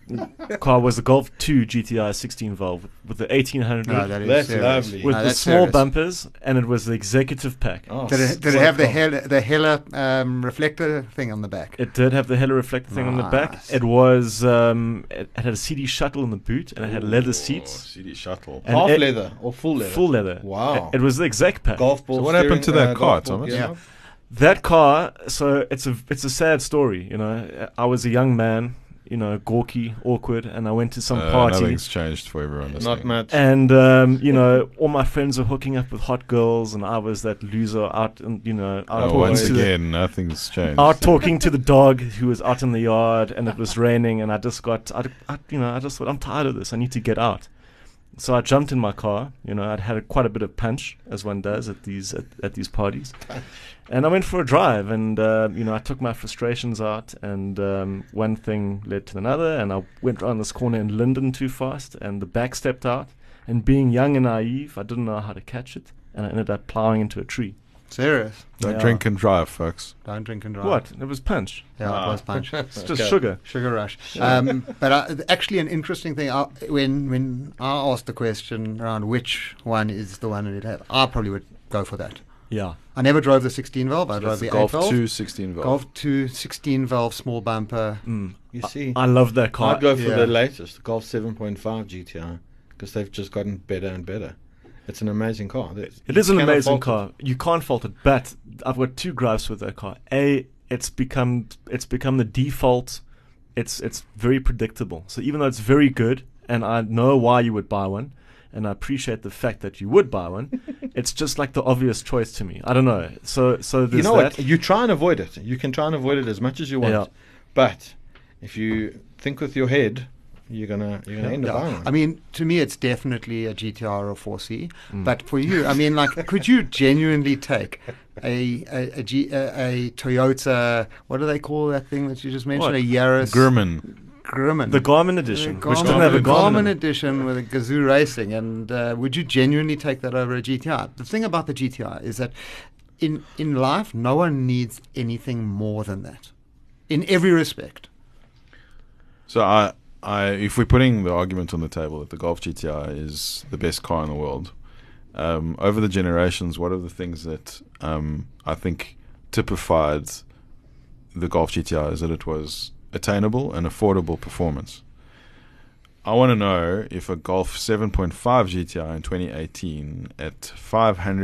Speaker 1: car was the Golf 2 GTI 16 valve with the 1800
Speaker 3: No, that is
Speaker 2: That's
Speaker 3: serious.
Speaker 2: lovely.
Speaker 1: with
Speaker 3: No,
Speaker 1: the
Speaker 3: that's
Speaker 1: small
Speaker 3: serious.
Speaker 1: bumpers, and it was the executive pack.
Speaker 2: Oh,
Speaker 3: Did
Speaker 2: s-
Speaker 3: it, did
Speaker 2: so
Speaker 3: it have the
Speaker 2: cool.
Speaker 3: Hel- the Hella um, reflector thing on the back?
Speaker 1: It did have the hella reflector thing on the back.
Speaker 3: Nice.
Speaker 1: It was um, it, it had a CD shuttle in the boot, and it had leather seats,
Speaker 4: CD Oh, shuttle.
Speaker 1: and
Speaker 2: half
Speaker 1: it-
Speaker 2: leather or full leather?
Speaker 1: full leather.
Speaker 2: Wow.
Speaker 1: It, it was the exec pack.
Speaker 2: Golf ball.
Speaker 4: So what happened to
Speaker 2: steering, uh,
Speaker 4: that
Speaker 2: golf
Speaker 4: car,
Speaker 2: ball,
Speaker 4: Thomas?
Speaker 2: Yeah.
Speaker 1: That car. So it's a it's a sad story. You know, I was a young man. You know, gawky, awkward, and I went to some
Speaker 4: Uh,
Speaker 1: party.
Speaker 4: Nothing's changed for everyone.
Speaker 2: Not
Speaker 4: listening.
Speaker 2: much.
Speaker 1: And um, you know, all my friends were hooking up with hot girls, and I was that loser out, and you know, out
Speaker 4: Oh,
Speaker 1: talking
Speaker 4: once
Speaker 1: to
Speaker 4: again, nothing's
Speaker 1: the,
Speaker 4: changed.
Speaker 1: out talking to the dog who was out in the yard, and it was raining, and I just got, I, I- you know, I just thought I'm tired of this. I need to get out. So I jumped in my car. You know, I'd had a, quite a bit of punch, as one does at these at, at these parties, and I went for a drive. And uh, you know, I took my frustrations out, and um, one thing led to another. And I went round this corner in Linden too fast, and the back stepped out. And being young and naive, I didn't know how to catch it, and I ended up plowing into a tree.
Speaker 3: Serious.
Speaker 4: Don't
Speaker 1: Yeah.
Speaker 4: drink and drive, folks.
Speaker 3: Don't drink and drive.
Speaker 1: What? It was punch.
Speaker 3: Yeah,
Speaker 4: Ah.
Speaker 3: it was punch.
Speaker 1: It's just
Speaker 2: Okay.
Speaker 1: sugar.
Speaker 3: Sugar rush. Um, but I, th- actually, an interesting thing I, when when I asked the question around which one is the one that it had, I probably would go for that.
Speaker 1: Yeah.
Speaker 3: I never drove the 16 valve. I drove
Speaker 4: That's
Speaker 3: the
Speaker 4: the
Speaker 3: 8
Speaker 4: Golf
Speaker 3: valve.
Speaker 4: 2 16 valve.
Speaker 3: Golf 2 16 valve small bumper.
Speaker 1: Mm.
Speaker 2: You
Speaker 1: I-
Speaker 2: see,
Speaker 1: I, love that car.
Speaker 2: I'd go for
Speaker 3: yeah.
Speaker 2: the latest, the Golf 7.5 GTI, because they've just gotten better and better. It's an amazing car. That-
Speaker 1: It
Speaker 2: you
Speaker 1: is an
Speaker 2: cannot
Speaker 1: amazing
Speaker 2: fault it.
Speaker 1: car. You can't fault it, but I've got two gripes with that car. A, it's become it's become the default. It's it's very predictable. So even though it's very good, and I know why you would buy one, and I appreciate the fact that you would buy one. it's just like the obvious choice to me. I don't know. So so
Speaker 2: you
Speaker 1: there's
Speaker 2: know
Speaker 1: that.
Speaker 2: what? You try and avoid it. You can try and avoid it as much as you want.
Speaker 1: Yeah.
Speaker 2: But if you think with your head, you're gonna you're gonna end up buying
Speaker 3: Yeah.
Speaker 2: one.
Speaker 3: I mean, to me, it's definitely a GTR or 4C. But for you, I mean, like, could you genuinely take a a, a, G, a, a Toyota? What do they call that thing that you just mentioned?
Speaker 1: What?
Speaker 3: A Yaris
Speaker 4: Grumman.
Speaker 3: Grumman.
Speaker 1: the Garmin edition,
Speaker 3: The
Speaker 1: which
Speaker 3: Garmin-
Speaker 1: didn't have a
Speaker 3: the
Speaker 1: Garmin. in
Speaker 3: Garmin
Speaker 1: it.
Speaker 3: edition with a Gazoo Racing, and uh, would you genuinely take that over a GTR? The thing about the GTR is that in in life, no one needs anything more than that, in every respect.
Speaker 4: So I, I, if we're putting the argument on the table that the Golf GTI is the best car in the world, um, over the generations, what are the things that um, I think typified the Golf GTI is that it was attainable and affordable performance. I want to know if a Golf 7.5 GTI in 2018 at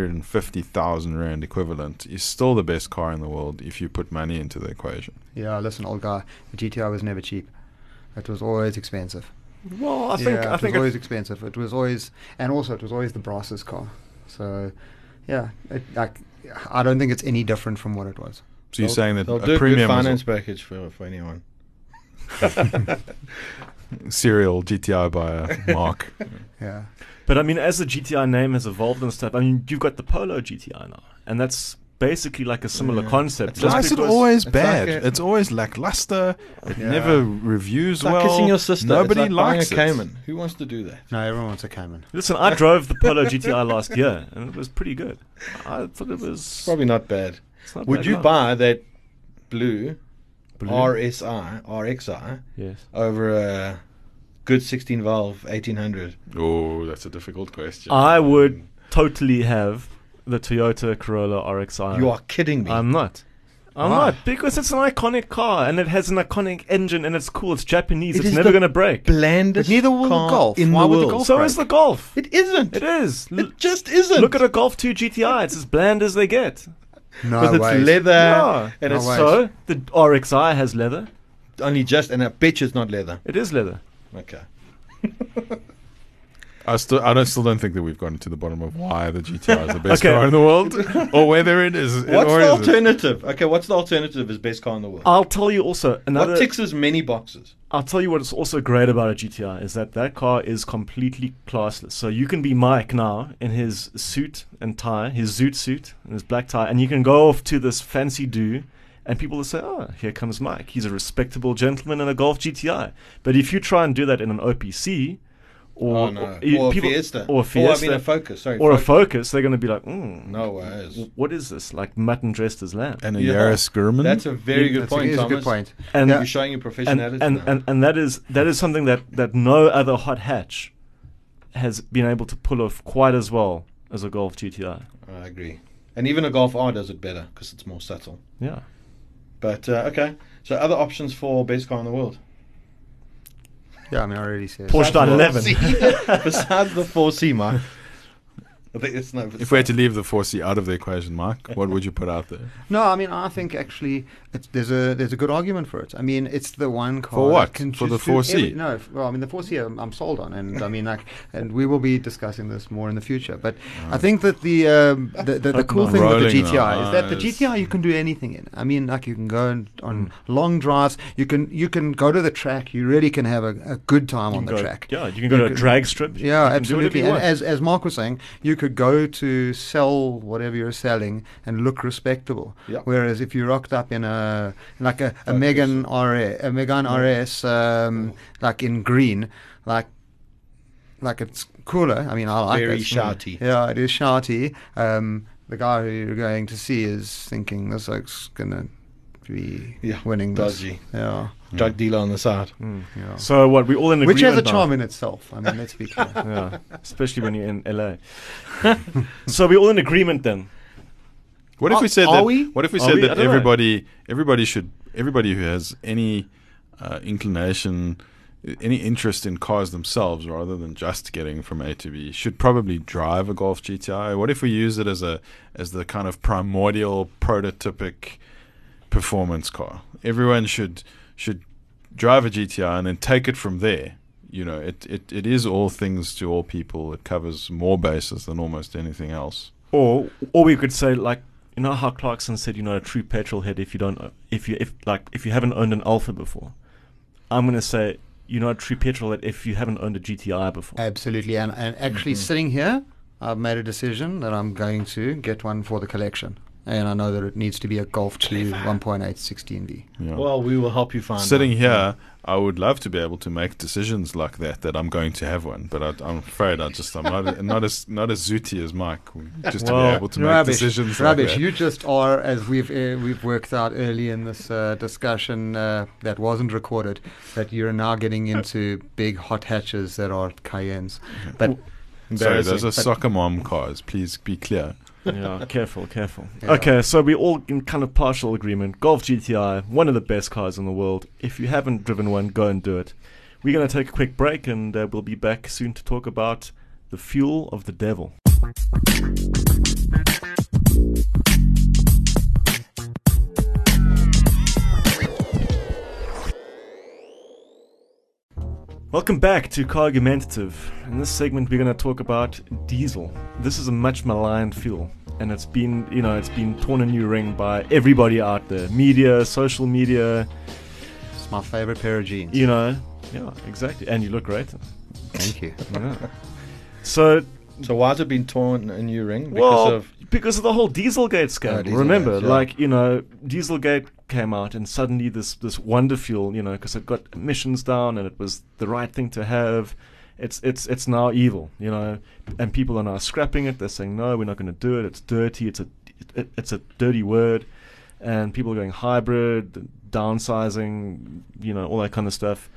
Speaker 4: 550,000 Rand equivalent is still the best car in the world if you put money into the equation.
Speaker 3: Yeah, listen, old guy, the GTR was never cheap. It was always expensive.
Speaker 1: Well, I think
Speaker 3: yeah,
Speaker 1: I
Speaker 3: it
Speaker 1: think
Speaker 3: was
Speaker 1: it-
Speaker 3: always expensive. It was always, and also it was always the brasses car. So, yeah, it, like I don't think it's any different from what it was.
Speaker 4: So you're
Speaker 2: They'll-
Speaker 4: saying that
Speaker 2: they'll do
Speaker 4: a
Speaker 2: a good
Speaker 4: premium is-
Speaker 2: finance package for, for anyone.
Speaker 4: serial GTI buyer, uh, Mark.
Speaker 3: Yeah,
Speaker 1: But I mean, as the GTI name has evolved and stuff, I mean, you've got the Polo GTI now, and that's basically like a similar
Speaker 2: Yeah.
Speaker 1: concept.
Speaker 2: It's
Speaker 4: Why is it
Speaker 1: because-
Speaker 4: always
Speaker 2: it's
Speaker 4: bad?
Speaker 2: like a-
Speaker 4: it's always lackluster. It
Speaker 2: Yeah.
Speaker 4: never reviews
Speaker 2: It's like
Speaker 4: well.
Speaker 2: kissing your sister.
Speaker 4: Nobody
Speaker 2: it's like buying
Speaker 4: likes
Speaker 2: a
Speaker 4: it.
Speaker 2: Cayman. Who wants to do that?
Speaker 3: no, everyone wants a Cayman.
Speaker 1: Listen, I drove the Polo GTI last year, and it was pretty good. I thought it was.
Speaker 2: It's probably not bad.
Speaker 1: it's not
Speaker 2: Would
Speaker 1: bad
Speaker 2: you
Speaker 1: now.
Speaker 2: buy that blue,
Speaker 1: Blue?
Speaker 2: RSI RXI
Speaker 1: Yes.
Speaker 2: over a good 16 valve 1800?
Speaker 4: Oh, that's a difficult question.
Speaker 1: I would totally have the Toyota Corolla RXi.
Speaker 2: you are kidding me.
Speaker 1: I'm not. I'm
Speaker 3: Why?
Speaker 1: not because it's an iconic car and it has an iconic engine and it's cool. It's Japanese.
Speaker 2: It
Speaker 1: it's
Speaker 2: is
Speaker 1: never
Speaker 2: the
Speaker 1: going to break.
Speaker 2: Blandest
Speaker 3: But neither will the
Speaker 2: car
Speaker 3: Golf.
Speaker 2: in
Speaker 3: Why
Speaker 2: the
Speaker 3: would the
Speaker 2: world.
Speaker 3: Golf
Speaker 1: so is the Golf.
Speaker 2: It isn't.
Speaker 1: It is. L-
Speaker 2: It just isn't.
Speaker 1: Look at a Golf 2 GTI. It's as bland as they get.
Speaker 3: No
Speaker 2: With its
Speaker 3: ways.
Speaker 2: leather
Speaker 1: Yeah.
Speaker 2: and
Speaker 3: No
Speaker 2: it's
Speaker 3: way.
Speaker 1: So the RXI has leather.
Speaker 2: only just, and I bet you it's not leather.
Speaker 1: It is leather.
Speaker 2: Okay.
Speaker 4: I still, I don't, still don't think that we've gotten to the bottom of why the GTI is the best
Speaker 1: Okay.
Speaker 4: car in the world, or whether it is.
Speaker 2: What's
Speaker 4: or
Speaker 2: the
Speaker 4: is it.
Speaker 2: alternative? Okay, what's the alternative is best car in the world?
Speaker 1: I'll tell you also another.
Speaker 2: what ticks as many boxes?
Speaker 1: I'll tell you what's also great about a GTI is that that car is completely classless. So you can be Mike now in his suit and tie, his zoot suit and his black tie, and you can go off to this fancy do, and people will say, "Oh, here comes Mike. He's a respectable gentleman in a Golf GTI." But if you try and do that in an OPC, or
Speaker 2: oh, no.
Speaker 1: you-
Speaker 2: or,
Speaker 1: people-
Speaker 2: a Fiesta.
Speaker 1: or a Fiesta,
Speaker 2: Or I mean a Focus. Sorry.
Speaker 1: or a
Speaker 2: Focus.
Speaker 1: Focus, they're going to be like, mm,
Speaker 2: No ways.
Speaker 1: what is this? Like mutton dressed as lamb."
Speaker 4: And a
Speaker 2: Yeah.
Speaker 4: Yaris Grumman.
Speaker 2: That's a very
Speaker 1: Yeah,
Speaker 2: good
Speaker 3: That's a-
Speaker 2: point,
Speaker 3: is a
Speaker 2: Thomas.
Speaker 3: good point.
Speaker 1: And-
Speaker 3: Yeah.
Speaker 2: You're showing your
Speaker 1: and
Speaker 2: professionality.
Speaker 1: and,
Speaker 2: now.
Speaker 1: and and that is that is something that that no other hot hatch has been able to pull off quite as well as a Golf GTI.
Speaker 2: I agree. And even a Golf R does it better because it's more subtle.
Speaker 1: Yeah,
Speaker 2: But uh, okay, so other options for best car in the world.
Speaker 3: Yeah, I mean, I already said it.
Speaker 1: Porsche
Speaker 2: Besides the
Speaker 1: 911.
Speaker 2: 4C. Besides the 4C, Mark. I think it's no.
Speaker 4: if we had to leave the 4C out of the equation, Mark, what would you put out there?
Speaker 3: No, I mean, I think actually it's, there's a there's a good argument for it. I mean, it's the one car
Speaker 4: For
Speaker 3: that
Speaker 4: what?
Speaker 3: can
Speaker 4: For
Speaker 3: just
Speaker 4: the
Speaker 3: do
Speaker 4: 4C?
Speaker 3: every- no, f- well, I mean the four C I'm, I'm sold on, and I mean like, and we will be discussing this more in the future. But I think that the um, the, the, the
Speaker 1: Hope
Speaker 3: cool
Speaker 1: not.
Speaker 3: thing with the
Speaker 4: Rolling
Speaker 3: GTI is that the
Speaker 4: eyes. Hmm.
Speaker 3: GTI you can do anything in. I mean, like you can go and, on long drives, you can you can go to the track, you really can have a, a good time
Speaker 1: You
Speaker 3: on
Speaker 1: can go-
Speaker 3: the track.
Speaker 1: Yeah, you can go to a drag strip. you
Speaker 3: Yeah,
Speaker 1: can do whatever
Speaker 3: absolutely.
Speaker 1: you
Speaker 3: And
Speaker 1: want.
Speaker 3: as as Mark was saying, you could go to sell whatever you're selling and look respectable.
Speaker 2: Yeah.
Speaker 3: Whereas if you rocked up in a like a, a
Speaker 2: Focus.
Speaker 3: Megan RS, a Megan RS,
Speaker 1: Mm-hmm.
Speaker 3: um, like in green, like. Like it's cooler. I mean, I like
Speaker 2: Very
Speaker 3: it. Mm.
Speaker 2: shouty.
Speaker 3: Yeah, it is shouty. Um, the guy who you're going to see is thinking this oak's gonna be
Speaker 2: Yeah,
Speaker 3: winning this.
Speaker 2: dodgy.
Speaker 3: Yeah,
Speaker 2: drug dealer on the side.
Speaker 1: Mm.
Speaker 3: yeah.
Speaker 1: So what? We all in agreement.
Speaker 3: Which has a
Speaker 1: now.
Speaker 3: charm in itself. I mean, let's be clear.
Speaker 1: Yeah, especially when you're in LA. so we all in agreement then.
Speaker 4: What if
Speaker 3: Are-
Speaker 4: we said
Speaker 3: are
Speaker 4: that?
Speaker 3: we?
Speaker 4: What if we
Speaker 1: Are
Speaker 4: said
Speaker 1: we? I
Speaker 4: that
Speaker 1: don't know.
Speaker 4: everybody, everybody should, everybody who has any uh, inclination, any interest in cars themselves, rather than just getting from A to B, should probably drive a Golf GTI. What if we use it as a as the kind of primordial, prototypic performance car? Everyone should should drive a GTI and then take it from there. you know, it, it, it is all things to all people. It covers more bases than almost anything else.
Speaker 1: Or or we could say like you know how Clarkson said you're not a true petrol head if you don't o- if you if like if you haven't owned an Alpha before. I'm gonna say you're not a true petrol head if you haven't owned a GTI before.
Speaker 3: Absolutely. And, and actually,
Speaker 4: Mm-hmm.
Speaker 3: sitting here, I've made a decision that I'm going to get one for the collection. And I know that it needs to be a Golf 2 1.8 16V.
Speaker 4: Yeah.
Speaker 2: Well, we will help you find.
Speaker 4: Sitting
Speaker 2: out.
Speaker 4: here, I would love to be able to make decisions like that. That I'm going to have one, but I, I'm afraid I just I'm not not as not as zooty as Mike. Just to
Speaker 1: Well,
Speaker 4: be able to make decisions
Speaker 3: Rubbish.
Speaker 4: like that.
Speaker 3: You just are, as we've uh, we've worked out early in this uh, discussion uh, that wasn't recorded, that you're now getting into big hot hatches that are Cayennes. But
Speaker 4: Mm-hmm. Sorry,
Speaker 2: Embarrassing.
Speaker 4: those are soccer mom cars. Please be clear.
Speaker 1: yeah, careful, careful.
Speaker 3: Yeah.
Speaker 1: Okay, so we all in kind of partial agreement. Golf GTI, one of the best cars in the world. If you haven't driven one, go and do it. We're going to take a quick break and uh, we'll be back soon to talk about the fuel of the devil. Welcome back to Cargumentative. In this segment, we're going to talk about diesel. This is a much maligned fuel, and it's been, you know, it's been torn a new ring by everybody out there media, social media,
Speaker 3: it's my favorite pair of jeans.
Speaker 1: you know. Yeah, exactly. And you look great.
Speaker 3: Thank you.
Speaker 1: Yeah. So,
Speaker 2: So why has it been torn a new ring? Because
Speaker 1: well,
Speaker 2: of Uh,
Speaker 1: because of the whole Dieselgate scandal.
Speaker 2: Dieselgate,
Speaker 1: Remember,
Speaker 2: yeah.
Speaker 1: like you know, Dieselgate came out, and suddenly this this wonder fuel, you know, because it got emissions down, and it was the right thing to have. It's it's it's now evil, you know, and people are now scrapping it. They're saying no, we're not going to do it. It's dirty. It's a it, it's a dirty word, and people are going hybrid, downsizing, you know, all that kind of stuff.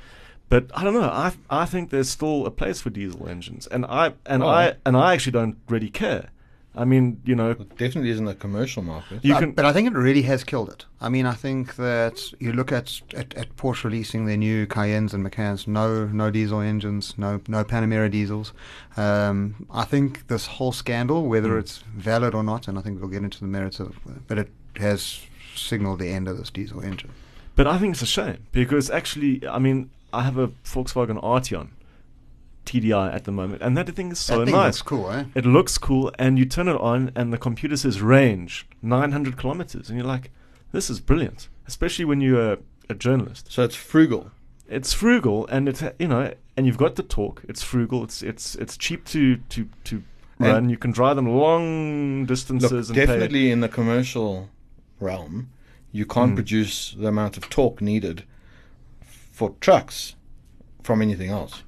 Speaker 1: But I don't know. I I think there's still a place for diesel engines, and I and
Speaker 2: Well-
Speaker 1: I and I actually don't really care. I mean, you know,
Speaker 2: it definitely isn't a commercial market.
Speaker 1: you
Speaker 3: Uh,
Speaker 1: can.
Speaker 3: but I think it really has killed it. I mean, I think that you look at, at, at Porsche releasing their new Cayennes and Macans, no no diesel engines, no no Panamera diesels. Um, I think this whole scandal, whether
Speaker 1: Hmm.
Speaker 3: it's valid or not, and I think we'll get into the merits of, it, but it has signaled the end of this diesel engine.
Speaker 1: But I think it's a shame because actually, I mean, I have a Volkswagen Arteon TDI at the moment, and that thing is so
Speaker 3: that thing
Speaker 1: nice.
Speaker 3: looks cool, eh?
Speaker 1: It looks cool, and you turn it on, and the computer says range 900 kilometers, and you're like, this is brilliant, especially when you're a, a journalist.
Speaker 2: So it's frugal.
Speaker 1: it's frugal and it's you know and you've got the torque it's frugal it's it's it's cheap to to to
Speaker 2: And-
Speaker 1: run you can drive them long distances
Speaker 2: Look,
Speaker 1: and pay-
Speaker 2: definitely in the commercial realm, you can't
Speaker 1: Hmm.
Speaker 2: produce the amount of torque needed for trucks from anything else.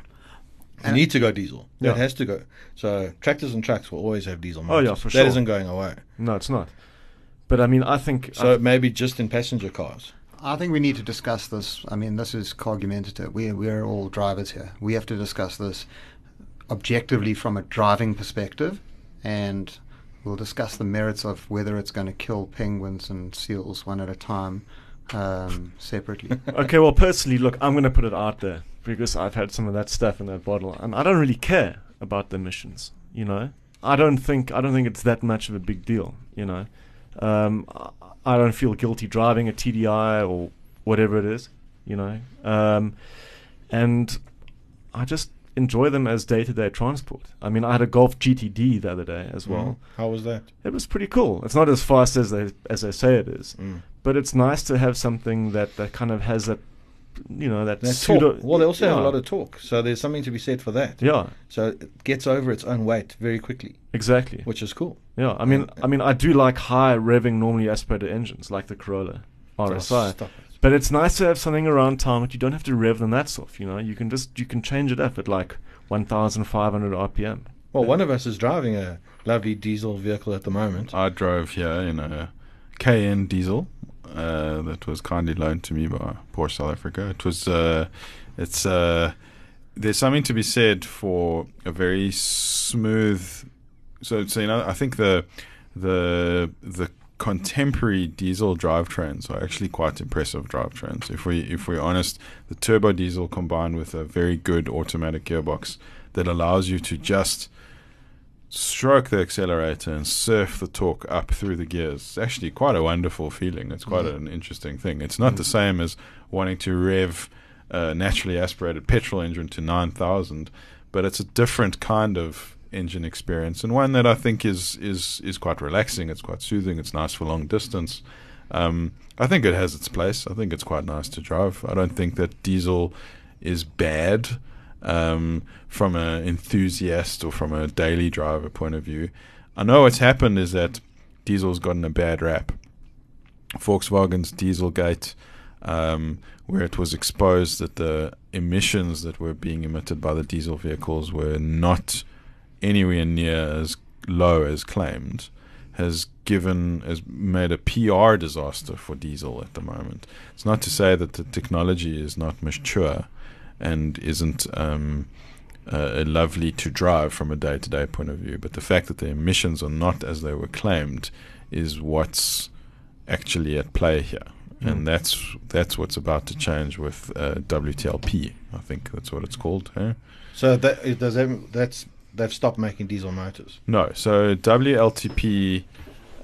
Speaker 2: You need to go diesel. It
Speaker 1: Yeah.
Speaker 2: has to go. So tractors and trucks will always have diesel.
Speaker 1: Oh, yeah,
Speaker 2: motors.
Speaker 1: for
Speaker 2: That
Speaker 1: sure.
Speaker 2: isn't going away.
Speaker 1: no it's not but i mean i think
Speaker 2: So
Speaker 1: I,
Speaker 2: maybe just in passenger cars.
Speaker 3: I think we need to discuss this. I mean, this is cogumentative. We're, we're all drivers here. We have to discuss this objectively from a driving perspective, and we'll discuss the merits of whether it's going to kill penguins and seals one at a time um, separately.
Speaker 1: okay well personally look i'm going to put it out there because i've had some of that stuff in that bottle and i don't really care about the emissions you know i don't think i don't think it's that much of a big deal you know um, I- i don't feel guilty driving a tdi or whatever it is you know um, and I just enjoy them as day to day transport. I mean, I had a Golf GTD the other day as well.
Speaker 2: Mm-hmm. Hmm. How was that?
Speaker 1: It was pretty cool. It's not as fast as they as they say it is,
Speaker 2: Mm.
Speaker 1: but it's nice to have something that, that kind of has that, you know, that
Speaker 2: That
Speaker 1: pseudo.
Speaker 2: torque. Well, they also have
Speaker 1: yeah.
Speaker 2: a lot of torque. So there's something to be said for that.
Speaker 1: Yeah,
Speaker 2: So it gets over its own weight very quickly,
Speaker 1: exactly.
Speaker 2: which is cool.
Speaker 1: yeah, I mean,
Speaker 2: and-
Speaker 1: I mean, I do like high revving, normally aspirated engines like the Corolla RSI.
Speaker 2: Oh, stop it.
Speaker 1: But it's nice to have something around town that you don't have to rev them that off. You know, you can just you can change it up at like 1,500 RPM.
Speaker 2: Well, one of us is driving a lovely diesel vehicle at the moment.
Speaker 4: I drove here in a KN diesel uh, that was kindly loaned to me by Poor South Africa. It was, uh, it's, uh, there's something to be said for a very smooth. So, so you know, I think the the the contemporary diesel drivetrains are actually quite impressive drivetrains. If we if we're honest, the turbo diesel combined with a very good automatic gearbox that allows you to just stroke the accelerator and surf the torque up through the gears. It's actually quite a wonderful feeling. It's quite an interesting thing. It's not the same as wanting to rev uh, naturally aspirated petrol engine to 9,000, but it's a different kind of engine experience and one that I think is is is quite relaxing. It's quite soothing. It's nice for long distance. Um, I think it has its place. I think it's quite nice to drive. I don't think that diesel is bad um, from an enthusiast or from a daily driver point of view. I know what's happened is that diesel's gotten a bad rap. Volkswagen's Dieselgate, um, where it was exposed that the emissions that were being emitted by the diesel vehicles were not anywhere near as low as claimed, has given has made a PR disaster for diesel at the moment. It's not to say that the technology is not mature and isn't um, uh, lovely to drive from a day-to-day point of view, but the fact that the emissions are not as they were claimed is what's actually at play here, and that's that's what's about to change with uh, WTLP. I think that's what it's called. eh?
Speaker 2: So that it does that, that's they've stopped making diesel motors.
Speaker 4: No, so WLTP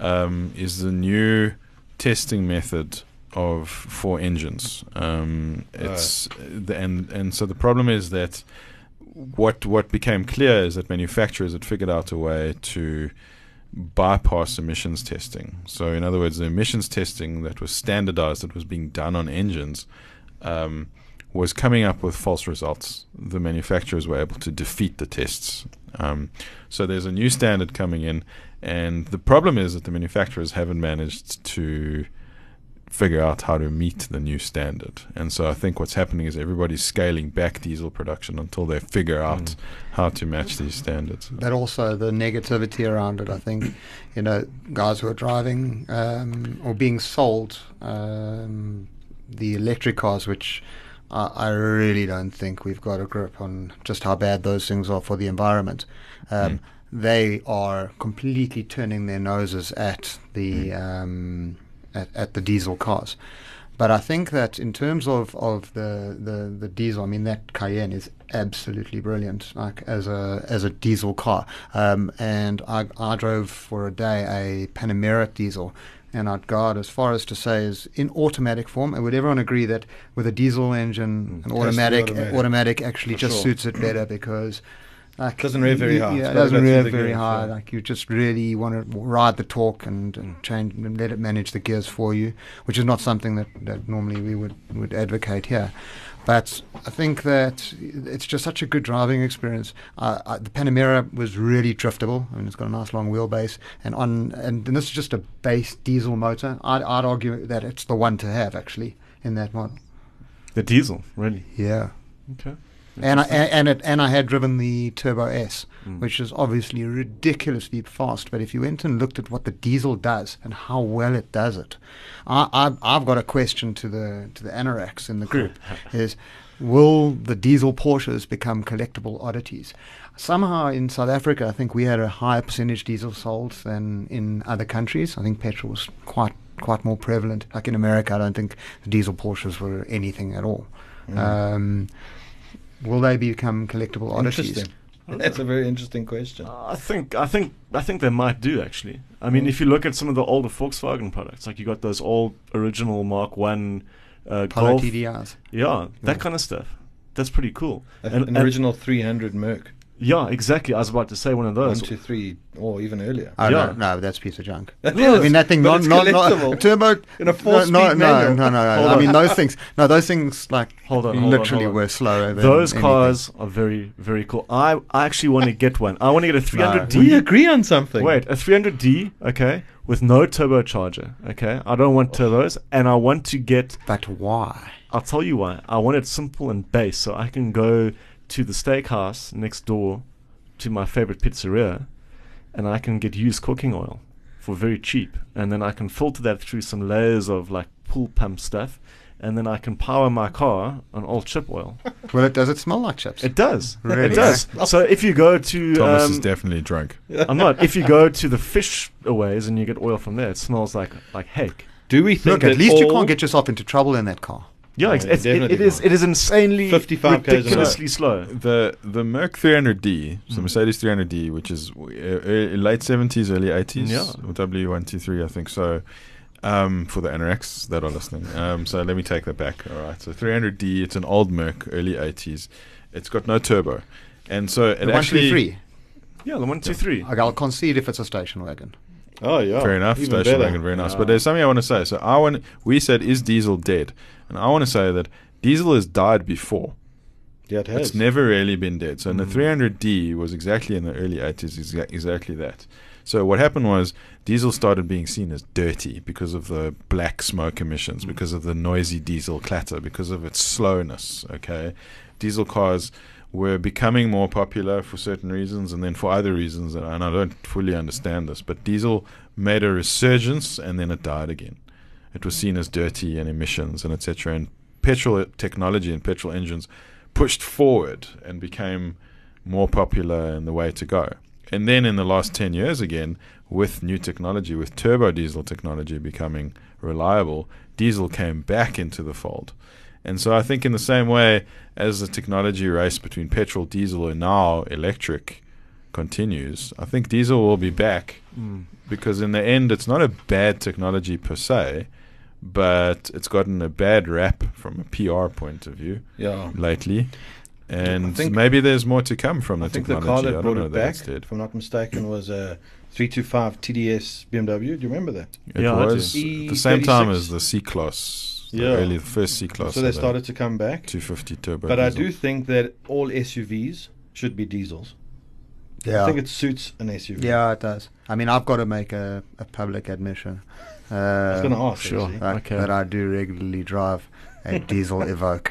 Speaker 4: um, is the new testing method of for engines. Um, it's the, and and so the problem is that what what became clear is that manufacturers had figured out a way to bypass emissions testing. So, in other words, the emissions testing that was standardized, that was being done on engines, um, was coming up with false results. The manufacturers were able to defeat the tests. Um, so, there's a new standard coming in, and the problem is that the manufacturers haven't managed to figure out how to meet the new standard. And so I think what's happening is everybody's scaling back diesel production until they figure out how to match these standards.
Speaker 3: But also the negativity around it. I think, you know, guys who are driving um, or being sold um, the electric cars, which I, I really don't think we've got a grip on just how bad those things are for the environment. Um, They are completely turning their noses at the um, at, at the diesel cars. But I think that in terms of, of the, the, the diesel, I mean that Cayenne is absolutely brilliant, like as a as a diesel car. Um, and I, I drove for a day a Panamera diesel, and I'd go as far as to say is in automatic form. And would everyone agree that with a diesel engine,
Speaker 2: Mm. Has
Speaker 3: an
Speaker 2: to be
Speaker 3: automatic automatic,
Speaker 2: automatic.
Speaker 3: actually
Speaker 2: For
Speaker 3: just
Speaker 2: sure.
Speaker 3: suits it better because. Like,
Speaker 2: Doesn't rev very
Speaker 3: you-
Speaker 2: hard.
Speaker 3: Yeah, it
Speaker 2: It's gotta
Speaker 3: doesn't
Speaker 2: go through
Speaker 3: rev
Speaker 2: the
Speaker 3: very
Speaker 2: gears,
Speaker 3: hard.
Speaker 2: yeah.
Speaker 3: Like you just really want to ride the torque and, and change and let it manage the gears for you, which is not something that, that normally we would, would advocate here. But I think that it's just such a good driving experience. Uh, uh, the Panamera was really driftable. I mean, it's got a nice long wheelbase, and on and, and this is just a base diesel motor. I'd, I'd argue that it's the one to have actually in that model.
Speaker 1: The diesel, really.
Speaker 3: Yeah
Speaker 1: Okay.
Speaker 3: Mm-hmm. and I and, and it and I had driven the Turbo S, which is obviously ridiculously fast. But if you went and looked at what the diesel does and how well it does it, I, I I've got a question to the to the anoraks in the group: is will the diesel Porsches become collectible oddities? Somehow in South Africa, I think we had a higher percentage diesel sold than in other countries. I think petrol was quite quite more prevalent. Like in America, I don't think the diesel Porsches were anything at all. Um, Will they become collectible oddities?
Speaker 2: Interesting.
Speaker 4: Oh.
Speaker 2: That's a very interesting question.
Speaker 1: Uh, I think I think I think they might do actually. I
Speaker 2: Mm.
Speaker 1: mean, if you look at some of the older Volkswagen products, like you got those old original Mark One uh,
Speaker 3: Polo
Speaker 1: Golf,
Speaker 3: TDRs.
Speaker 1: yeah, that kind of stuff. That's pretty cool.
Speaker 2: An,
Speaker 1: And-
Speaker 2: an
Speaker 1: and-
Speaker 2: original 300 Merc,
Speaker 1: yeah, exactly. I was about to say one of
Speaker 4: Oh,
Speaker 2: one,
Speaker 1: those.
Speaker 2: two, three, or even earlier.
Speaker 4: Ah.
Speaker 3: Oh,
Speaker 1: Yeah.
Speaker 3: no, no, that's a piece of junk.
Speaker 2: That
Speaker 1: Yeah,
Speaker 2: is,
Speaker 1: I
Speaker 3: I mean, that thing,
Speaker 2: but
Speaker 3: not,
Speaker 2: it's
Speaker 3: not,
Speaker 2: collectible.
Speaker 3: not turbo.
Speaker 2: In a
Speaker 3: no,
Speaker 2: four-speed
Speaker 3: no, no, no,
Speaker 2: manual.
Speaker 3: no, no.
Speaker 1: Hold
Speaker 3: I
Speaker 1: on.
Speaker 3: mean, those things. No, those things like
Speaker 1: Hold on, hold on,
Speaker 3: literally
Speaker 1: hold on.
Speaker 3: were slower. Than
Speaker 1: Those
Speaker 3: anything.
Speaker 1: cars are very very cool. I I actually want to get one. I want to get a 300D.
Speaker 2: Ah. We agree on something.
Speaker 1: Wait,
Speaker 4: uh,
Speaker 1: a 300D, okay, with no turbocharger, okay. I don't want
Speaker 2: Oh.
Speaker 1: turbos, and I want to get
Speaker 3: But why?
Speaker 1: I'll tell you why. I want it simple and base, so I can go to the steakhouse next door to my favorite pizzeria, and I can get used cooking oil for very cheap, and then I can filter that through some layers of like pool pump stuff, and then I can power my car on old chip oil.
Speaker 3: Well, it does. It smell like chips.
Speaker 1: It does. It
Speaker 3: Really?
Speaker 1: does. So if you go to
Speaker 4: Thomas
Speaker 1: um,
Speaker 4: is definitely drunk.
Speaker 1: I'm not. If you go to the fish aways and you get oil from there, it smells like like hake.
Speaker 2: Do we think
Speaker 3: Look, at
Speaker 2: that
Speaker 3: least you
Speaker 2: all-
Speaker 3: can't get yourself into trouble in that car.
Speaker 1: Yeah,
Speaker 2: No,
Speaker 1: it's, it's, it,
Speaker 2: definitely
Speaker 1: it is.
Speaker 2: not.
Speaker 1: It is insanely
Speaker 2: 55 k's an hour.
Speaker 1: ridiculously slow.
Speaker 4: The the Merc 300D, so Mercedes 300D, which is uh, uh, late 70s, early 80s,
Speaker 1: Yeah.
Speaker 4: or W123, I think so. um, for the anorexes that are listening. Um, so let me take that back. All right. So 300D, it's an old Merc, early 80s. It's got no turbo, and so it
Speaker 3: The one,
Speaker 4: actually
Speaker 3: two, three.
Speaker 1: Yeah, the one, two, three.
Speaker 3: Okay, I'll concede if it's a station wagon.
Speaker 2: Oh yeah,
Speaker 4: Fair enough.
Speaker 2: Even
Speaker 4: Station
Speaker 2: better. Ah.
Speaker 4: wagon, very nice.
Speaker 1: Yeah.
Speaker 4: But there's something I want to say. So I want we said is Diesel dead, and I want to say that Diesel has died before.
Speaker 2: Yeah, it has.
Speaker 4: It's never really been dead. So, and the 300D was exactly in the early 80s, exa- exactly that. So, what happened was diesel started being seen as dirty because of the black smoke emissions, because of the noisy diesel clatter, because of its slowness. Okay. Diesel cars were becoming more popular for certain reasons and then for other reasons. And I don't fully understand this, but diesel made a resurgence and then it died again. It was seen as dirty and emissions and etc. And petrol technology and petrol engines pushed forward and became more popular and the way to go. And then in the last 10 years, again, with new technology, with turbo diesel technology becoming reliable, diesel came back into the fold. And so I think, in the same way as the technology race between petrol, diesel, and now electric continues, I think diesel will be back
Speaker 3: Hmm.
Speaker 1: Mm.
Speaker 4: because in the end it's not a bad technology per se but it's gotten a bad rap from a PR point of view
Speaker 2: Yeah.
Speaker 4: lately and
Speaker 2: think-
Speaker 4: maybe there's more to come from the
Speaker 2: I think the car
Speaker 4: technology I
Speaker 2: that
Speaker 4: don't
Speaker 2: brought
Speaker 4: know
Speaker 2: it
Speaker 4: that
Speaker 2: back,
Speaker 4: it's dead.
Speaker 2: if I'm not mistaken, was a 325 TDS BMW. Do you remember that?
Speaker 4: it
Speaker 1: Yeah, I do.
Speaker 4: was at the same time
Speaker 2: E36.
Speaker 4: as the C-Class the
Speaker 2: Yeah.
Speaker 4: early the first C-Class
Speaker 2: so they started to come back.
Speaker 4: 250 turbo
Speaker 2: But I
Speaker 4: diesel.
Speaker 2: do think that all SUVs should be diesels.
Speaker 3: Yeah.
Speaker 2: I think it suits an SUV.
Speaker 3: Yeah, it does. I mean, I've got to make a, a public admission. Uh, I
Speaker 2: was gonna ask,
Speaker 1: Sure. actually.
Speaker 3: That,
Speaker 1: Okay.
Speaker 3: that I do regularly drive a diesel Evoque.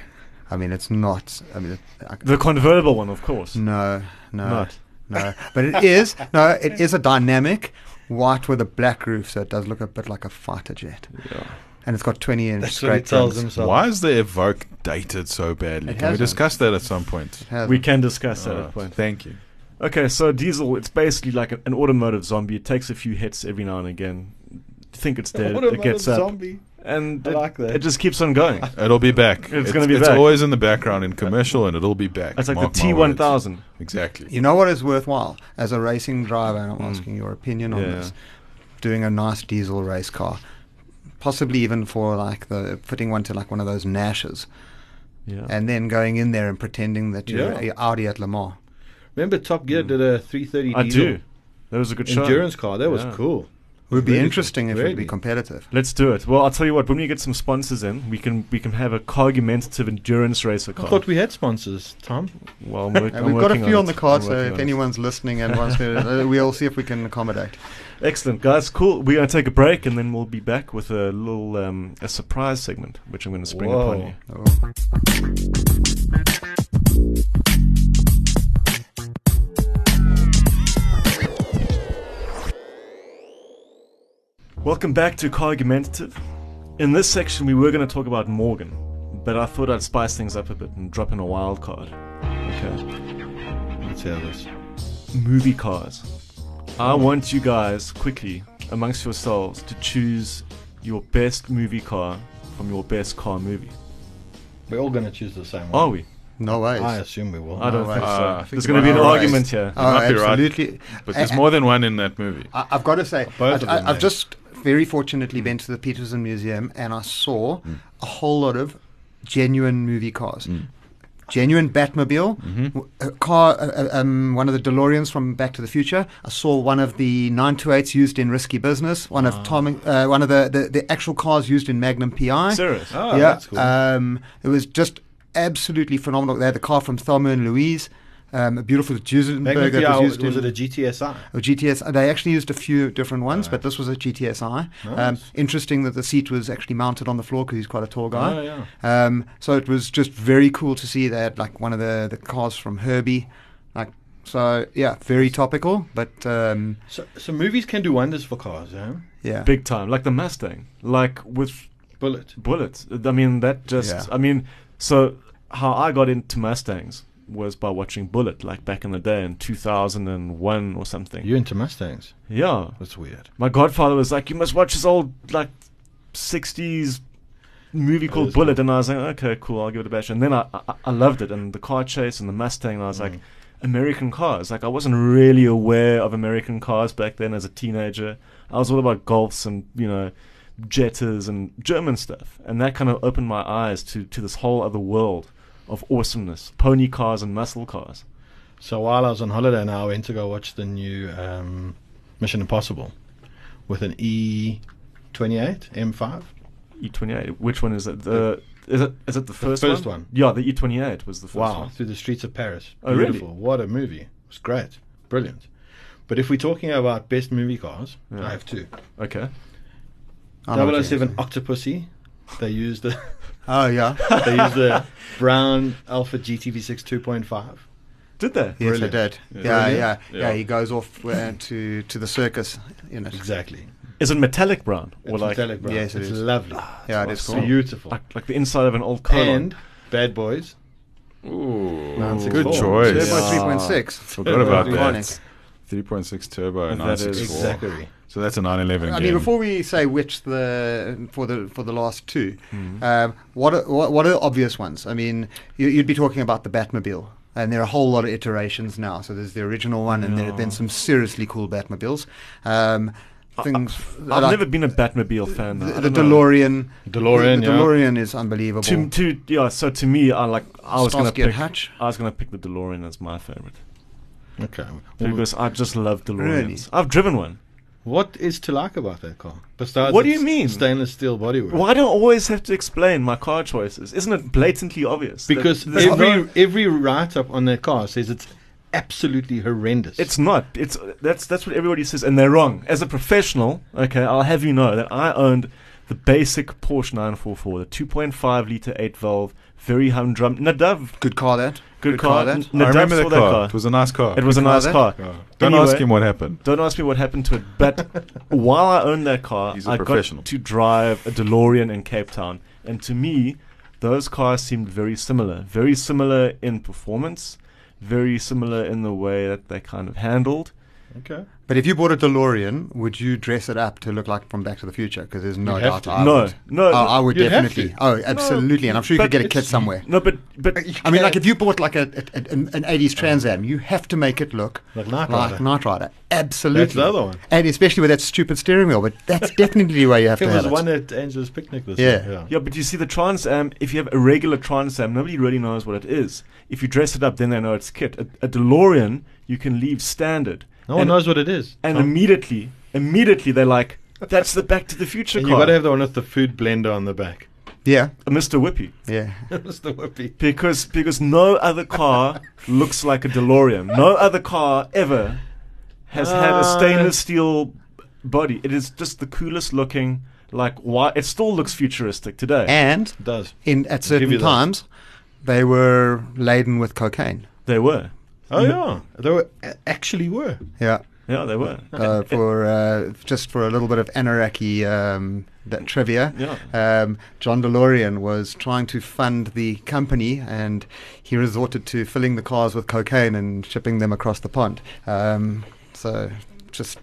Speaker 3: I mean, it's not. I mean, it, I,
Speaker 1: The convertible one, of course.
Speaker 3: no, no,
Speaker 1: Not.
Speaker 3: no. But it is. No, it is a dynamic white with a black roof, so it does look a bit like a fighter jet.
Speaker 4: Yeah.
Speaker 3: And it's got 20 inch
Speaker 2: That's what he
Speaker 3: straight
Speaker 2: tells
Speaker 3: rims.
Speaker 2: himself.
Speaker 4: why is the Evoque dated so badly
Speaker 3: It
Speaker 4: can we
Speaker 3: hasn't.
Speaker 4: discuss that at some point
Speaker 3: It has-
Speaker 1: We can discuss that at
Speaker 3: Uh,
Speaker 1: a
Speaker 4: Alright,
Speaker 1: point.
Speaker 4: thank you
Speaker 1: Okay, so diesel, it's basically like an, an automotive zombie. It takes a few hits every now and again. You think it's dead,
Speaker 2: What about
Speaker 1: it gets
Speaker 2: a
Speaker 1: up.
Speaker 2: zombie?
Speaker 1: And
Speaker 2: I
Speaker 1: it,
Speaker 2: like that.
Speaker 1: it just keeps on going.
Speaker 4: it'll be back
Speaker 1: It's gonna be
Speaker 4: it's
Speaker 1: back.
Speaker 4: always in the background in commercial and it'll be back
Speaker 1: It's like
Speaker 4: Mark
Speaker 1: the
Speaker 4: my words.
Speaker 1: T1000.
Speaker 4: exactly
Speaker 3: You know what is worthwhile as a racing driver, and I'm
Speaker 2: Hmm.
Speaker 1: Mm.
Speaker 3: asking your opinion on
Speaker 1: Yeah.
Speaker 3: this. Doing a nice diesel race car, possibly even for like the fitting one to like one of those Nashes,
Speaker 1: Yeah.
Speaker 3: and then going in there and pretending that you're
Speaker 2: Yeah.
Speaker 3: a Audi at Le Mans.
Speaker 2: Remember Top
Speaker 3: Mm.
Speaker 2: Gear did a 330
Speaker 1: I
Speaker 2: diesel
Speaker 1: do. That was a good show.
Speaker 2: endurance car? That was
Speaker 1: Yeah.
Speaker 2: cool.
Speaker 3: Would be
Speaker 2: Really,
Speaker 3: interesting if it'd
Speaker 2: really.
Speaker 3: be competitive.
Speaker 1: Let's do it. Well, I'll tell you what. When we get some sponsors in, we can we can have a cargumentative endurance racer
Speaker 2: I
Speaker 1: car.
Speaker 2: thought we had sponsors, Tom.
Speaker 1: Well, I'm work-
Speaker 3: And
Speaker 1: I'm
Speaker 3: Uh, we've got a
Speaker 1: working
Speaker 3: few
Speaker 1: it.
Speaker 3: on the card,
Speaker 1: I'm
Speaker 3: so
Speaker 1: working
Speaker 3: if
Speaker 1: on it.
Speaker 3: anyone's listening and wants to, uh, we'll see if we can accommodate.
Speaker 1: excellent guys, cool. We're gonna take a break and then we'll be back with a little um, a surprise segment, which I'm gonna spring upon
Speaker 2: Whoa.
Speaker 1: you.
Speaker 3: Oh.
Speaker 1: Welcome back to Cargumentative. In this section, we were going to talk about Morgan, but I thought I'd spice things up a bit and drop in a wild card. Okay.
Speaker 2: Let's hear this.
Speaker 1: Movie cars. I want you guys, quickly, amongst yourselves, to choose your best movie car from your best car movie.
Speaker 2: We're all going to choose the same
Speaker 1: Are
Speaker 2: one.
Speaker 1: Oh, we?
Speaker 3: No ways.
Speaker 2: I assume we will.
Speaker 1: I don't
Speaker 3: No
Speaker 1: think so.
Speaker 3: way.
Speaker 4: Uh, I think
Speaker 1: There's
Speaker 4: it
Speaker 1: going to
Speaker 4: might
Speaker 1: be an
Speaker 4: be right.
Speaker 1: argument here.
Speaker 3: Oh,
Speaker 4: might be right.
Speaker 3: absolutely.
Speaker 4: but
Speaker 3: A-
Speaker 4: there's
Speaker 3: a-
Speaker 4: more than one in that movie
Speaker 3: I, I've got to say,
Speaker 2: Both of
Speaker 3: I,
Speaker 2: them,
Speaker 3: I, I've
Speaker 2: yeah.
Speaker 3: just very fortunately been to the Peterson Museum and I saw
Speaker 2: Mm.
Speaker 3: a whole lot of genuine movie cars. Genuine Batmobile,
Speaker 2: Mm-hmm.
Speaker 3: w- a car, uh, uh, um, one of the DeLoreans from Back to the Future. I saw one of the 928s used in Risky Business, one
Speaker 2: Ah.
Speaker 3: of Tom, uh, one of the, the, the actual cars used in Magnum PI.
Speaker 1: Serious.
Speaker 2: Oh,
Speaker 3: yeah,
Speaker 2: that's cool.
Speaker 3: um, it was just absolutely phenomenal. They had the car from Thelma and Louise, um, a beautiful Duesenberg that
Speaker 2: Magnifier,
Speaker 3: was
Speaker 2: was,
Speaker 3: used in
Speaker 2: it a GTSI?
Speaker 3: or GTS. uh, They actually used a few different ones, but this was a GTSI. Um,
Speaker 2: Nice.
Speaker 3: interesting that the seat was actually mounted on the floor because he's quite a tall guy.
Speaker 2: Oh, yeah.
Speaker 3: Um, so it was just very cool to see that, like one of the the cars from Herbie, like so. Yeah, very topical, but um,
Speaker 2: So, so movies can do wonders for cars, huh?
Speaker 3: yeah,
Speaker 1: Big time. Like the Mustang. Like with
Speaker 2: Bullet.
Speaker 1: Bullets. I mean, that just.
Speaker 3: Yeah.
Speaker 1: I mean, so how I got into Mustangs was by watching Bullet, like back in the day in 2001 or something.
Speaker 2: You're into Mustangs.
Speaker 1: yeah.
Speaker 2: That's weird.
Speaker 1: My godfather was like, you must watch this old, like, 60s movie
Speaker 2: Oh,
Speaker 1: called
Speaker 2: that's cool.
Speaker 1: Bullet. And I was like, okay, cool, I'll give it a bash. And then I, I, I loved it. And the car chase and the Mustang, and I was like, American cars. Like, I wasn't really aware of American cars back then as a teenager. I was all about golfs and, you know, Jettas and German stuff, and that kind of opened my eyes to to this whole other world of awesomeness, pony cars and muscle cars.
Speaker 2: So while I was on holiday now, I went to go watch the new um, Mission Impossible with an E E28 M5.
Speaker 1: E28. E Which one is it? The is it is it the first,
Speaker 2: first
Speaker 1: one?
Speaker 2: one.
Speaker 1: Yeah, the E28 was the first
Speaker 2: wow,
Speaker 1: one.
Speaker 2: through the streets of Paris.
Speaker 1: Oh, really?
Speaker 2: Beautiful. What a movie. It was great. Brilliant. But if we're talking about best movie cars,
Speaker 1: Yeah.
Speaker 2: I have two.
Speaker 1: Okay.
Speaker 3: I know what you're
Speaker 2: 007
Speaker 3: saying.
Speaker 2: Octopussy. They used the
Speaker 3: Oh yeah.
Speaker 2: they used the brown Alpha GTV6 2.5.
Speaker 1: Did they?
Speaker 3: Yes,
Speaker 2: Brilliant.
Speaker 3: I did.
Speaker 4: Yeah.
Speaker 3: Yeah, yeah, yeah.
Speaker 4: Brilliant. Yeah.
Speaker 3: he goes off uh, to to the circus in it.
Speaker 2: Exactly.
Speaker 1: Is it metallic brown or
Speaker 2: It's
Speaker 1: like
Speaker 2: metallic brown.
Speaker 3: Yes, it
Speaker 2: it's
Speaker 3: is.
Speaker 2: lovely.
Speaker 3: Yeah, it is
Speaker 1: awesome.
Speaker 3: cool.
Speaker 2: Beautiful.
Speaker 1: Ah, like like the inside of an old car?
Speaker 2: And Bad Boys.
Speaker 4: Ooh,
Speaker 2: Nine six
Speaker 4: good
Speaker 2: four.
Speaker 4: choice.
Speaker 3: Turbo
Speaker 1: Yeah.
Speaker 3: three point six.
Speaker 4: Forgot about
Speaker 3: Iconic.
Speaker 4: that. 3.6 turbo,
Speaker 1: That
Speaker 4: 964.
Speaker 1: is-
Speaker 2: Exactly.
Speaker 4: So that's a 911
Speaker 3: I
Speaker 4: game.
Speaker 3: mean, before we say which the for the for the last two,
Speaker 1: Hmm.
Speaker 3: um, what, are, what what are the obvious ones? I mean, you, you'd be talking about the Batmobile, and there are a whole lot of iterations now. So there's the original one, and there have been
Speaker 1: Yeah.
Speaker 3: some seriously cool Batmobiles. Um, things
Speaker 1: I've
Speaker 3: like
Speaker 1: never been a Batmobile fan. though. I
Speaker 3: the, the
Speaker 1: don't know.
Speaker 3: DeLorean.
Speaker 2: DeLorean,
Speaker 3: the,
Speaker 2: yeah.
Speaker 3: DeLorean is unbelievable.
Speaker 1: To, to yeah, so to me, I like. I was gonna
Speaker 3: Starsky and
Speaker 1: pick.
Speaker 3: Hutch.
Speaker 1: I was gonna pick the DeLorean as my favorite
Speaker 2: Okay.
Speaker 1: because I just love DeLoreans.
Speaker 3: Really?
Speaker 1: I've driven one.
Speaker 2: What is to like about that car? Besides
Speaker 1: What do
Speaker 2: its
Speaker 1: you mean?
Speaker 2: Stainless steel bodywork.
Speaker 1: Why do I always have to explain my car choices? Isn't it blatantly obvious? that
Speaker 2: Because
Speaker 1: there's
Speaker 2: every
Speaker 1: no-
Speaker 2: every write up on that car says it's absolutely horrendous.
Speaker 1: It's not. It's that's that's what everybody says, and they're wrong. As a professional, okay, I'll have you know that I owned the basic Porsche 944, the 2.5 liter eight valve, very humdrum. Nadav,
Speaker 3: Good car that.
Speaker 1: good, car.
Speaker 3: that.
Speaker 1: N- Nadav
Speaker 4: I remember
Speaker 1: saw
Speaker 4: that car. It was a nice car.
Speaker 1: It was a
Speaker 3: car
Speaker 1: nice
Speaker 3: that?
Speaker 1: car.
Speaker 4: Oh. Don't ask
Speaker 1: Anyway.
Speaker 4: him what happened.
Speaker 1: Don't ask me what happened to it, but while I owned that car,
Speaker 4: He's a
Speaker 1: I
Speaker 4: professional.
Speaker 1: got to drive a DeLorean in Cape Town, and to me, those cars seemed very similar. Very similar in performance, very similar in the way that they kind of handled.
Speaker 2: okay.
Speaker 3: But if you bought a DeLorean, would you dress it up to look like from Back to the Future? Because there's no
Speaker 2: You'd have
Speaker 3: doubt.
Speaker 2: to.
Speaker 3: I
Speaker 1: No,
Speaker 3: would.
Speaker 1: no,
Speaker 3: Oh, I would
Speaker 2: you'd have
Speaker 3: definitely.
Speaker 2: to.
Speaker 3: Oh, absolutely. And I'm sure you
Speaker 1: but
Speaker 3: could get a
Speaker 2: it's-
Speaker 3: kit somewhere.
Speaker 1: No, but but
Speaker 4: Uh,
Speaker 3: I mean, like
Speaker 2: can't-
Speaker 3: if you bought like a, a, a- an an 80s Trans Am, you have to make it look
Speaker 2: Like Knight
Speaker 3: like
Speaker 2: Rider.
Speaker 3: Knight Rider. Absolutely.
Speaker 2: That's the other one.
Speaker 3: And especially with that stupid steering wheel. But that's definitely the way you have
Speaker 2: It
Speaker 3: to
Speaker 2: was
Speaker 3: have
Speaker 2: one
Speaker 3: it.
Speaker 2: at Angela's picnic this
Speaker 3: Yeah.
Speaker 2: year.
Speaker 1: Yeah, but you see, the Trans Am, if you have a regular Trans Am, nobody really knows what it is. If you dress it up, then they know it's kit. A, a DeLorean, you can leave standard.
Speaker 2: No one
Speaker 1: and,
Speaker 2: knows what it is.
Speaker 1: And
Speaker 2: Um,
Speaker 1: immediately, immediately, they're like, that's the Back to the Future
Speaker 2: and you
Speaker 1: car.
Speaker 2: got to have the one with the food blender on the back.
Speaker 3: Yeah.
Speaker 1: Mr. Whippy.
Speaker 3: Yeah.
Speaker 2: That's the whippy.
Speaker 1: Because, because no other car looks like a DeLorean. No other car ever has had a
Speaker 2: Uh,
Speaker 1: stainless steel body. It is just the coolest looking, like, why? It still looks futuristic today.
Speaker 3: And
Speaker 2: It does.
Speaker 3: in at
Speaker 2: I'll give you that.
Speaker 3: certain times, they were laden with cocaine.
Speaker 1: they were.
Speaker 2: Oh yeah, there were, a- actually were.
Speaker 3: Yeah.
Speaker 1: Yeah, they were.
Speaker 3: uh, for uh, just for a little bit of anarchy um, that trivia.
Speaker 1: Yeah.
Speaker 3: Um, John DeLorean was trying to fund the company, and he resorted to filling the cars with cocaine and shipping them across the pond. Um, so, just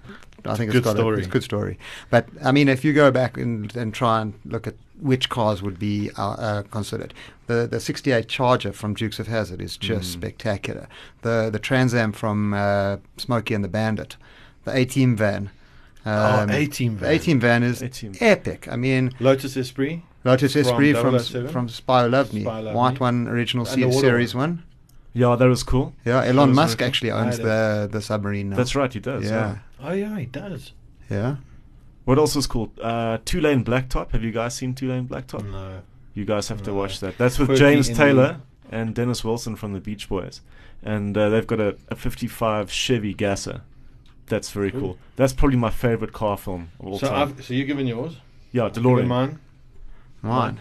Speaker 3: I think
Speaker 2: Good
Speaker 3: it's got
Speaker 2: story.
Speaker 3: A, it's a good story. But I mean, if you go back and, and try and look at which cars would be uh, uh, considered, the the '68 Charger from Dukes of Hazard is just
Speaker 2: Hmm.
Speaker 3: spectacular. The the Trans Am from uh, Smokey and the Bandit, the A-Team van.
Speaker 2: Oh,
Speaker 3: Um,
Speaker 2: A-Team
Speaker 3: the
Speaker 2: van.
Speaker 3: A-Team van is
Speaker 1: A-Team.
Speaker 3: epic. I mean,
Speaker 2: Lotus Esprit.
Speaker 3: Lotus
Speaker 2: From
Speaker 3: Esprit from
Speaker 2: 007?
Speaker 3: from Spy Who Loved Me,
Speaker 2: Spy Who Loved Me.
Speaker 3: white one, original
Speaker 2: And
Speaker 3: se-
Speaker 2: the water
Speaker 3: series
Speaker 2: one.
Speaker 3: one.
Speaker 1: Yeah, that was cool.
Speaker 3: Yeah,
Speaker 1: That
Speaker 3: Elon
Speaker 1: was really
Speaker 3: Musk
Speaker 1: cool.
Speaker 3: actually owns
Speaker 2: I
Speaker 3: the the submarine now.
Speaker 1: That's right, he does. Yeah.
Speaker 3: Yeah.
Speaker 2: Oh yeah, he does.
Speaker 3: Yeah.
Speaker 1: What else was cool? Uh, Two Lane Blacktop. Have you guys seen Two Lane Blacktop?
Speaker 2: No.
Speaker 1: You guys have to
Speaker 2: No.
Speaker 1: watch that. That's with
Speaker 2: Quirky
Speaker 1: James
Speaker 2: Indian.
Speaker 1: Taylor and Dennis Wilson from the Beach Boys, and uh, they've got a, a '55 Chevy Gasser. That's very
Speaker 2: Cool.
Speaker 1: cool. That's probably my favorite car film of all
Speaker 2: So
Speaker 1: time.
Speaker 2: I've, so you've given yours.
Speaker 1: yeah,
Speaker 2: Given
Speaker 1: DeLorean.
Speaker 2: mine.
Speaker 3: Mine.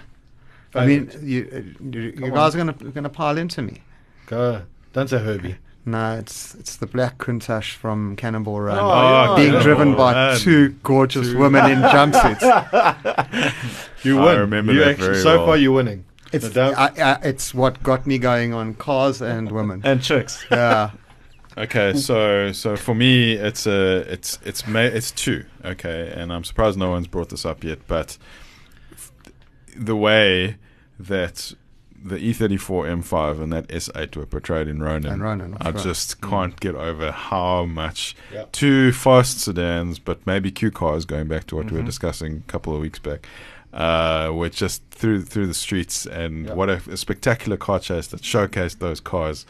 Speaker 3: I mean,
Speaker 2: Favorite.
Speaker 3: you, uh, you,
Speaker 2: Come
Speaker 3: you
Speaker 2: on.
Speaker 3: guys are gonna gonna pile into me.
Speaker 2: go. Don't say Herbie.
Speaker 3: No, it's it's the black Countach from Cannonball Run,
Speaker 2: Oh, yeah.
Speaker 3: being
Speaker 2: Cannonball
Speaker 3: driven by
Speaker 4: Run.
Speaker 3: two gorgeous
Speaker 2: Two-
Speaker 3: women in jumpsuits.
Speaker 2: You
Speaker 4: I
Speaker 2: win.
Speaker 4: remember
Speaker 2: you
Speaker 4: that
Speaker 2: actually,
Speaker 4: very
Speaker 2: So
Speaker 4: well.
Speaker 2: far, you're winning.
Speaker 3: It's
Speaker 2: Nadab?
Speaker 3: I, I, it's what got me going on cars and women.
Speaker 1: And chicks.
Speaker 3: yeah,
Speaker 4: Okay, so so for me, it's a it's it's ma- it's two. Okay, and I'm surprised no one's brought this up yet, but the way that the E E34 M5 and that S8 were portrayed in Ronin.
Speaker 3: And Ronin, that's
Speaker 4: I
Speaker 3: right. Mm.
Speaker 4: just can't get over how much
Speaker 2: Yeah.
Speaker 4: two fast sedans, but maybe Q cars, going back to what
Speaker 3: Mm-hmm.
Speaker 4: we were discussing a couple of weeks back, uh, were just through through the streets, and
Speaker 2: Yeah.
Speaker 4: what a, a spectacular car chase that showcased those cars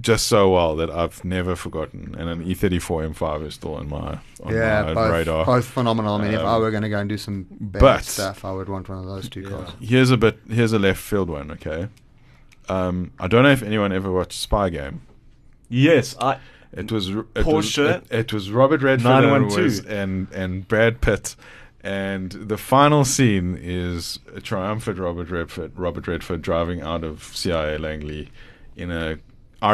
Speaker 4: just so well that I've never forgotten. And an E E34 M5 is still on my on
Speaker 3: yeah,
Speaker 4: my
Speaker 3: both,
Speaker 4: radar.
Speaker 3: both phenomenal. I mean, if I
Speaker 4: Um,
Speaker 3: were going to go and do some bad
Speaker 4: but-
Speaker 3: stuff, I would want one of those two cars.
Speaker 4: Here's a bit. Here's a left field one. Okay. Um, I don't know if anyone ever watched Spy Game.
Speaker 1: Yes, I.
Speaker 4: It was r- it
Speaker 1: Porsche.
Speaker 4: Was, it, it was Robert Redford and,
Speaker 1: 912.
Speaker 4: was, and and Brad Pitt, and the final scene is a triumphant Robert Redford. Robert Redford driving out of CIA Langley in a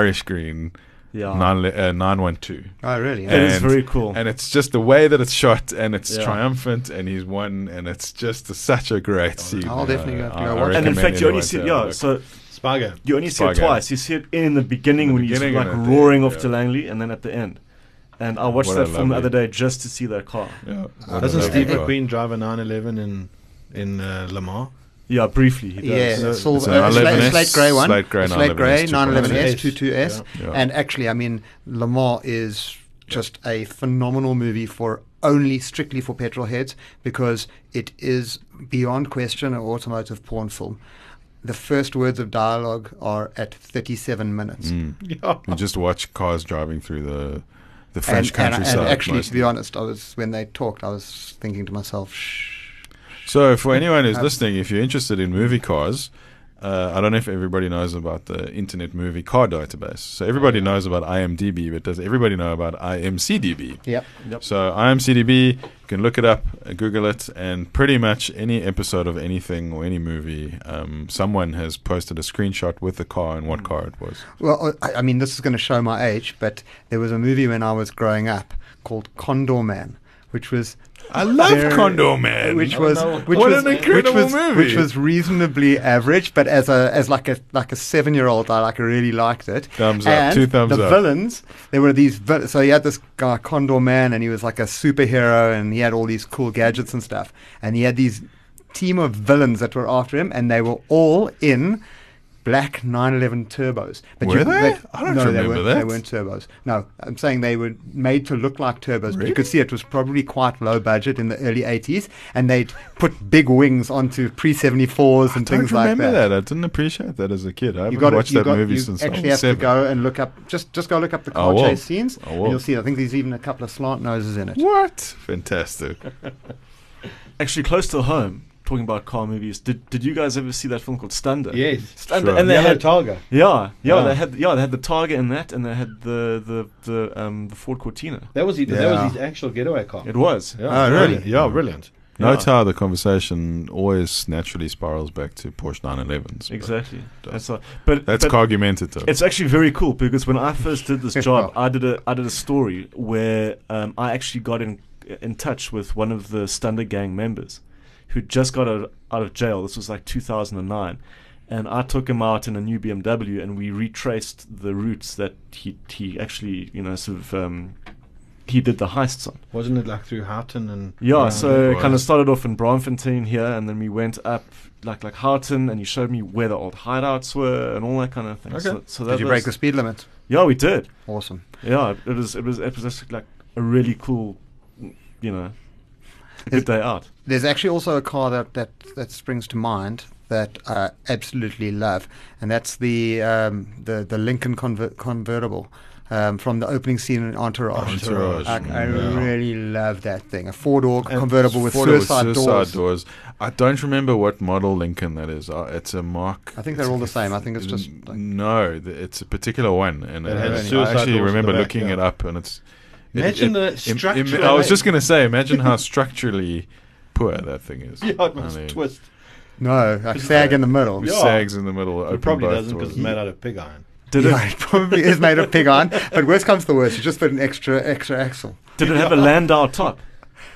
Speaker 4: Irish green
Speaker 1: Yeah.
Speaker 4: nine uh, nine one two.
Speaker 3: Oh, really?
Speaker 1: It is very cool.
Speaker 4: and it's just the way that it's shot, and it's
Speaker 1: Yeah.
Speaker 4: triumphant, and he's won, and it's just such a great scene.
Speaker 3: Oh, I'll definitely have to
Speaker 4: I-
Speaker 3: go
Speaker 4: I
Speaker 3: watch it.
Speaker 1: and in
Speaker 4: recommend
Speaker 1: fact, you only
Speaker 4: anyone
Speaker 1: see
Speaker 4: to
Speaker 1: it.
Speaker 4: have a
Speaker 1: Yeah,
Speaker 4: look.
Speaker 1: so
Speaker 2: Spygo.
Speaker 1: you only see it
Speaker 4: Spy Game.
Speaker 1: twice. You see it in the beginning
Speaker 4: In the
Speaker 1: when he's
Speaker 4: beginning
Speaker 1: like
Speaker 4: and at the
Speaker 1: roaring
Speaker 4: end,
Speaker 1: off
Speaker 4: yeah.
Speaker 1: to Langley, and then at the end. And I watched
Speaker 4: What a
Speaker 1: that film the
Speaker 4: lovely-
Speaker 1: other day just to see that car.
Speaker 4: Yeah.
Speaker 3: Uh,
Speaker 2: Doesn't
Speaker 3: Yeah.
Speaker 2: Steve
Speaker 4: Yeah.
Speaker 2: McQueen drive a 911 in in uh, Le Mans?
Speaker 1: Yeah, briefly he does.
Speaker 3: Yeah,
Speaker 2: So
Speaker 3: it's all
Speaker 4: it's
Speaker 3: uh,
Speaker 4: an
Speaker 3: a slate,
Speaker 4: 911S,
Speaker 3: slate grey one,
Speaker 4: slate grey
Speaker 3: A slate
Speaker 4: 911S,
Speaker 3: grey 911S,
Speaker 2: 911S,
Speaker 3: 22S,
Speaker 4: yeah. Yeah.
Speaker 3: and actually, I mean, Le Mans is just a phenomenal movie for only strictly for petrol heads because it is beyond question an automotive porn film. The first words of dialogue are at 37 minutes.
Speaker 4: Mm.
Speaker 2: Yeah.
Speaker 4: You just watch cars driving through the the
Speaker 3: And,
Speaker 4: French
Speaker 3: and,
Speaker 4: countryside.
Speaker 3: and actually, to
Speaker 4: mostly.
Speaker 3: be honest, I was when they talked, I was thinking to myself, "Shh."
Speaker 4: so for anyone who's
Speaker 3: Uh,
Speaker 4: listening, if you're interested in movie cars, uh, I don't know if everybody knows about the Internet Movie Car Database. So everybody
Speaker 3: Oh,
Speaker 4: knows about IMDb, but does everybody know about IMCDB?
Speaker 3: Yep.
Speaker 1: Yep.
Speaker 4: So IMCDB, you can look it up, uh, Google it, and pretty much any episode of anything or any movie, um, someone has posted a screenshot with the car and
Speaker 1: Mm.
Speaker 4: what car it was.
Speaker 3: Well, I, I mean, this is going to show my age, but there was a movie when I was growing up called Condor Man, which was
Speaker 4: I love
Speaker 3: There-
Speaker 4: Condor Man.
Speaker 3: which was
Speaker 2: know what
Speaker 3: which
Speaker 4: What
Speaker 3: was,
Speaker 4: an incredible
Speaker 3: which was,
Speaker 4: movie.
Speaker 3: which was reasonably average, but as a as like a like a seven year old, I like really liked it.
Speaker 4: Thumbs up,
Speaker 3: and
Speaker 4: two thumbs
Speaker 3: the
Speaker 4: up.
Speaker 3: villains, there were these. vil- So you had this guy Condor Man, and he was like a superhero, and he had all these cool gadgets and stuff, and he had these team of villains that were after him, and they were all in. Black 911 turbos,
Speaker 4: Were they? I don't
Speaker 3: no, they
Speaker 4: remember
Speaker 3: weren't,
Speaker 4: that.
Speaker 3: They weren't turbos. No, I'm saying they were made to look like turbos, but
Speaker 4: Really?
Speaker 3: you could see it was probably quite low budget in the early 80s, and they'd put big wings onto pre 74s and
Speaker 4: I don't
Speaker 3: things like
Speaker 4: remember
Speaker 3: that.
Speaker 4: that. I didn't appreciate that as a kid. I haven't
Speaker 3: gotta-
Speaker 4: watched that
Speaker 3: got-
Speaker 4: movie
Speaker 3: you
Speaker 4: since I
Speaker 3: actually
Speaker 4: was
Speaker 3: have
Speaker 4: seven.
Speaker 3: to go and look up just just go look up the car
Speaker 4: will.
Speaker 3: chase scenes,
Speaker 4: I
Speaker 3: and
Speaker 4: will.
Speaker 3: you'll see. I think there's even a couple of slant noses in it.
Speaker 4: What? Fantastic.
Speaker 1: Actually, close to home, talking about car movies, did did you guys ever see that film called Stunder?
Speaker 2: Yes.
Speaker 1: Stunder,
Speaker 4: Sure.
Speaker 1: and they
Speaker 2: Yellow
Speaker 1: had,
Speaker 2: Targa.
Speaker 1: yeah, yeah,
Speaker 2: Yeah.
Speaker 1: they had yeah they had the Targa in that, and they had the the the um the Ford Cortina.
Speaker 2: That was his, that
Speaker 3: Yeah.
Speaker 2: was his actual getaway car.
Speaker 1: It was.
Speaker 2: Yeah,
Speaker 3: Oh,
Speaker 2: brilliant.
Speaker 3: really?
Speaker 2: Yeah, brilliant.
Speaker 4: Note
Speaker 1: Yeah.
Speaker 4: how the conversation always naturally spirals back to Porsche 911s. but
Speaker 1: Exactly.
Speaker 4: Yeah.
Speaker 1: That's a, but
Speaker 4: That's
Speaker 1: but
Speaker 4: argumentative.
Speaker 1: It's actually very cool because when I first did this job, I did a I did a story where um, I actually got in in touch with one of the Stunder gang members who just got out, out of jail. This was like 2009, and I took him out in a new BMW, and we retraced the routes that he he actually you know sort of um, he did the heists on.
Speaker 2: Wasn't it like through Houghton and
Speaker 1: Yeah,
Speaker 2: around
Speaker 1: so
Speaker 2: there?
Speaker 1: it kind of
Speaker 4: was.
Speaker 1: started off in Braamfontein here, and then we went up like like Houghton, and he showed me where the old hideouts were and all that kind of thing.
Speaker 4: Okay.
Speaker 1: So, so that
Speaker 3: Did you
Speaker 1: was-
Speaker 3: break the speed limit?
Speaker 1: Yeah, we did.
Speaker 3: Awesome.
Speaker 1: Yeah, it was it was it was just like a really cool, you know, a good
Speaker 3: Is-
Speaker 1: day out.
Speaker 3: There's actually also a car that that, that springs to mind that I absolutely love, and that's the um, the the Lincoln conver- convertible um, from the opening scene in Entourage.
Speaker 2: Oh,
Speaker 4: Entourage,
Speaker 3: I, I
Speaker 4: yeah.
Speaker 3: really love that thing. A four door
Speaker 2: And
Speaker 3: convertible with
Speaker 4: Ford with
Speaker 3: suicide, doors.
Speaker 4: I don't remember what model Lincoln that is. Uh, it's a Mark.
Speaker 3: I think
Speaker 4: it's
Speaker 3: they're all
Speaker 4: like
Speaker 3: the
Speaker 4: a
Speaker 3: same. I think it's just like-
Speaker 4: no, th- it's a particular one, and
Speaker 2: That
Speaker 4: it
Speaker 2: has
Speaker 4: has, I
Speaker 2: suicide doors
Speaker 4: actually
Speaker 2: in the
Speaker 4: remember
Speaker 2: back,
Speaker 4: looking
Speaker 2: yeah.
Speaker 4: it up, and it's. it-
Speaker 2: Imagine
Speaker 4: it-
Speaker 2: the
Speaker 4: im- im-
Speaker 2: structure
Speaker 4: I
Speaker 2: of
Speaker 4: was
Speaker 2: it.
Speaker 4: just going to say, imagine how structurally poor that thing is.
Speaker 2: Yeah, it was
Speaker 4: I
Speaker 2: a
Speaker 4: mean,
Speaker 2: twist.
Speaker 3: No, like sag in the middle.
Speaker 2: Yeah.
Speaker 4: Sags in the middle.
Speaker 2: It
Speaker 4: open
Speaker 2: probably
Speaker 4: both
Speaker 2: doesn't because
Speaker 4: doors.
Speaker 2: it's made out of pig iron.
Speaker 1: Did
Speaker 3: Yeah,
Speaker 1: it
Speaker 3: it probably is made of pig iron, but worst comes to worst, you just put an extra extra axle.
Speaker 1: did it have a Landau top?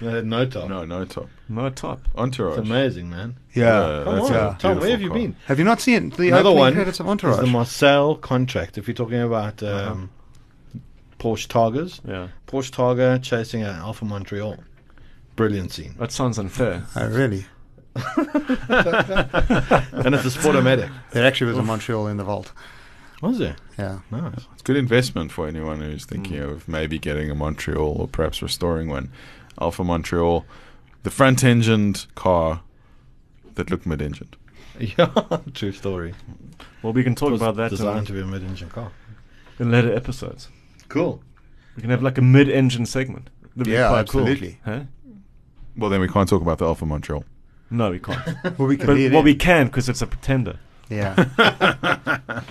Speaker 2: They had no top.
Speaker 4: No, no top.
Speaker 1: No top.
Speaker 4: Entourage.
Speaker 2: It's amazing, man.
Speaker 4: Yeah.
Speaker 2: Come
Speaker 4: that's
Speaker 2: on,
Speaker 4: a
Speaker 2: Tom.
Speaker 4: beautiful
Speaker 2: Where have you
Speaker 4: car.
Speaker 2: been?
Speaker 3: Have you not seen the
Speaker 2: Another
Speaker 3: opening
Speaker 2: one
Speaker 3: credits of
Speaker 2: is the
Speaker 3: Entourage?
Speaker 2: Marcel contract. If you're talking about
Speaker 4: Uh-huh.
Speaker 2: um, Porsche Targas,
Speaker 1: Yeah,
Speaker 2: Porsche Targa chasing an Alpha Montreal, brilliant scene.
Speaker 1: that sounds unfair.
Speaker 3: oh, really?
Speaker 2: and it's a Sportomatic.
Speaker 3: There actually was a Montreal in the vault.
Speaker 2: Was there?
Speaker 3: Yeah.
Speaker 2: Nice.
Speaker 4: It's good investment for anyone who's thinking
Speaker 2: Hmm.
Speaker 4: of maybe getting a Montreal or perhaps restoring one. Alpha Montreal, the front engined car that looked mid engined.
Speaker 2: Yeah, true story.
Speaker 1: Well, we can talk
Speaker 2: Was
Speaker 1: about that
Speaker 2: Designed to
Speaker 1: in,
Speaker 2: be a mid-engine car.
Speaker 1: in later episodes.
Speaker 2: Cool.
Speaker 1: We can have like a mid-engine segment. That'd be
Speaker 3: Yeah,
Speaker 1: quite cool.
Speaker 3: absolutely.
Speaker 1: Huh?
Speaker 4: Well, then we can't talk about the Alpha Montreal.
Speaker 1: No, we can't.
Speaker 3: Well, we
Speaker 1: but
Speaker 3: can hear
Speaker 1: well,
Speaker 3: it.
Speaker 1: we can because it's a pretender.
Speaker 3: Yeah.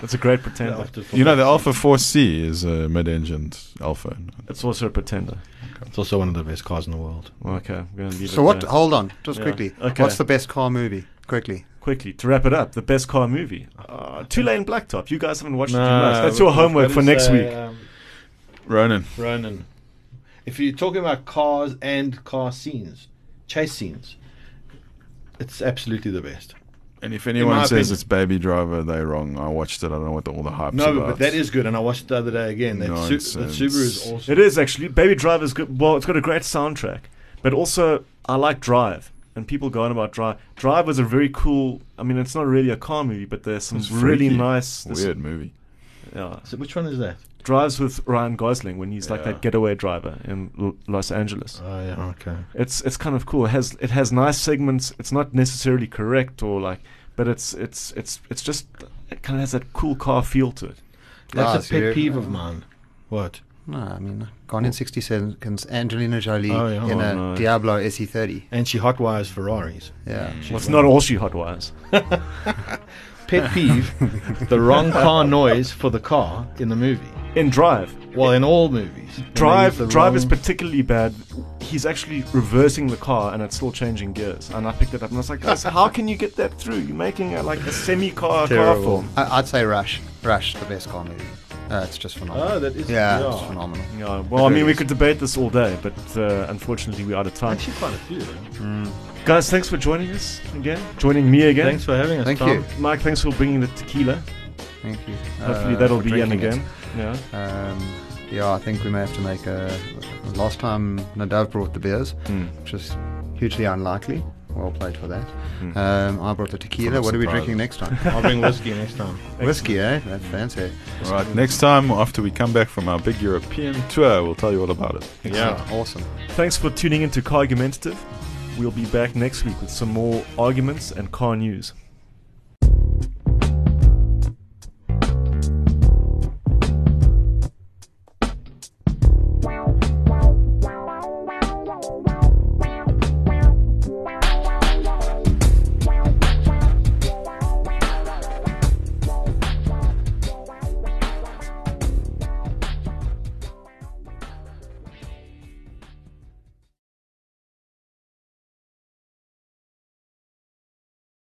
Speaker 1: It's a great pretender.
Speaker 4: You know, the Alpha 4C is a mid engined Alpha.
Speaker 1: It's also a pretender.
Speaker 2: It's also one of the best cars in the world.
Speaker 1: Okay, I'm going to leave it
Speaker 3: so what?
Speaker 1: there.
Speaker 3: Hold on, just
Speaker 1: Yeah.
Speaker 3: quickly.
Speaker 1: Okay.
Speaker 3: What's the best car movie? Quickly.
Speaker 1: Quickly to wrap it up, the best car movie, uh, Two Lane Blacktop. You guys haven't watched it
Speaker 4: Nah,
Speaker 1: too much. That's your homework for next week.
Speaker 4: Ronan.
Speaker 2: um, Ronan. If you're talking about cars and car scenes, chase scenes, it's absolutely the best.
Speaker 4: And if
Speaker 2: In
Speaker 4: anyone
Speaker 2: my
Speaker 4: says
Speaker 2: opinion-
Speaker 4: it's Baby Driver, they're wrong. I watched it. I don't know what the, all the hype's
Speaker 2: No,
Speaker 4: about.
Speaker 2: but that is good, and I watched it the other day again. That, su- that
Speaker 4: Nonsense.
Speaker 2: Subaru is awesome.
Speaker 1: It is actually Baby Driver's good. Well, it's got a great soundtrack, but also I like Drive. And people go on about Drive. Drive was a very cool. I mean, it's not really a car movie, but there's some
Speaker 4: It's
Speaker 1: really
Speaker 4: freaky,
Speaker 1: nice. there's-
Speaker 4: Weird movie.
Speaker 1: Yeah.
Speaker 2: So which one is that?
Speaker 1: Drives with Ryan Gosling when he's like
Speaker 4: Yeah.
Speaker 1: that getaway driver in L- Los Angeles.
Speaker 2: Oh yeah, okay.
Speaker 1: It's it's kind of cool. It has it has nice segments. It's not necessarily correct or like, but it's it's it's it's just it kind of has that cool car feel to it.
Speaker 3: Ah,
Speaker 2: That's
Speaker 3: so
Speaker 2: a
Speaker 3: you-
Speaker 2: pet peeve of mine. What?
Speaker 3: No, I mean, Gone in 60 Seconds, Angelina Jolie
Speaker 2: Oh, yeah. Oh,
Speaker 3: in a
Speaker 1: no.
Speaker 3: Diablo SE30.
Speaker 2: And she hotwires Ferraris.
Speaker 3: Yeah.
Speaker 1: Well, it's not all she hot wires.
Speaker 2: Pet peeve: the wrong car noise for the car in the movie.
Speaker 1: In Drive,
Speaker 2: Well, in all movies.
Speaker 1: Drive
Speaker 2: The
Speaker 1: Drive is
Speaker 2: wrong-
Speaker 1: particularly bad. He's actually reversing the car and it's still changing gears. And I picked it up and I was like, guys, how can you get that through? You're making a, like a semi car car
Speaker 2: Terrible.
Speaker 1: film.
Speaker 3: I, I'd say Rush. Rush, the best car movie. Uh, it's just phenomenal.
Speaker 2: Oh, that is-
Speaker 3: Yeah,
Speaker 2: yeah.
Speaker 3: it's phenomenal.
Speaker 1: Yeah, well, I mean, we could debate this all day, but uh, unfortunately, we're out of time.
Speaker 2: Actually, quite a few. eh?
Speaker 1: Guys, thanks for joining us again. Joining me again.
Speaker 2: Thanks for having us.
Speaker 3: Thank
Speaker 2: Tom.
Speaker 3: you.
Speaker 1: Mike, thanks for bringing the tequila.
Speaker 3: Thank you.
Speaker 1: Hopefully
Speaker 3: uh,
Speaker 1: that'll
Speaker 3: for
Speaker 1: be in
Speaker 3: drinking
Speaker 1: again.
Speaker 3: it.
Speaker 1: Yeah.
Speaker 3: Um, yeah, I think we may have to make a. Last time Nadav brought the beers,
Speaker 2: Hmm.
Speaker 3: which is hugely unlikely. Well played for that. Um, I brought the tequila.
Speaker 4: I'm
Speaker 3: What are we
Speaker 4: surprised.
Speaker 3: drinking next time?
Speaker 2: I'll bring whiskey next time.
Speaker 3: Whiskey, eh? That's fancy.
Speaker 4: All right, next time after we come back from our big European tour, we'll tell you all about it.
Speaker 2: Yeah.
Speaker 3: Awesome.
Speaker 1: Thanks for tuning in to Car Argumentative. We'll be back next week with some more arguments and car news.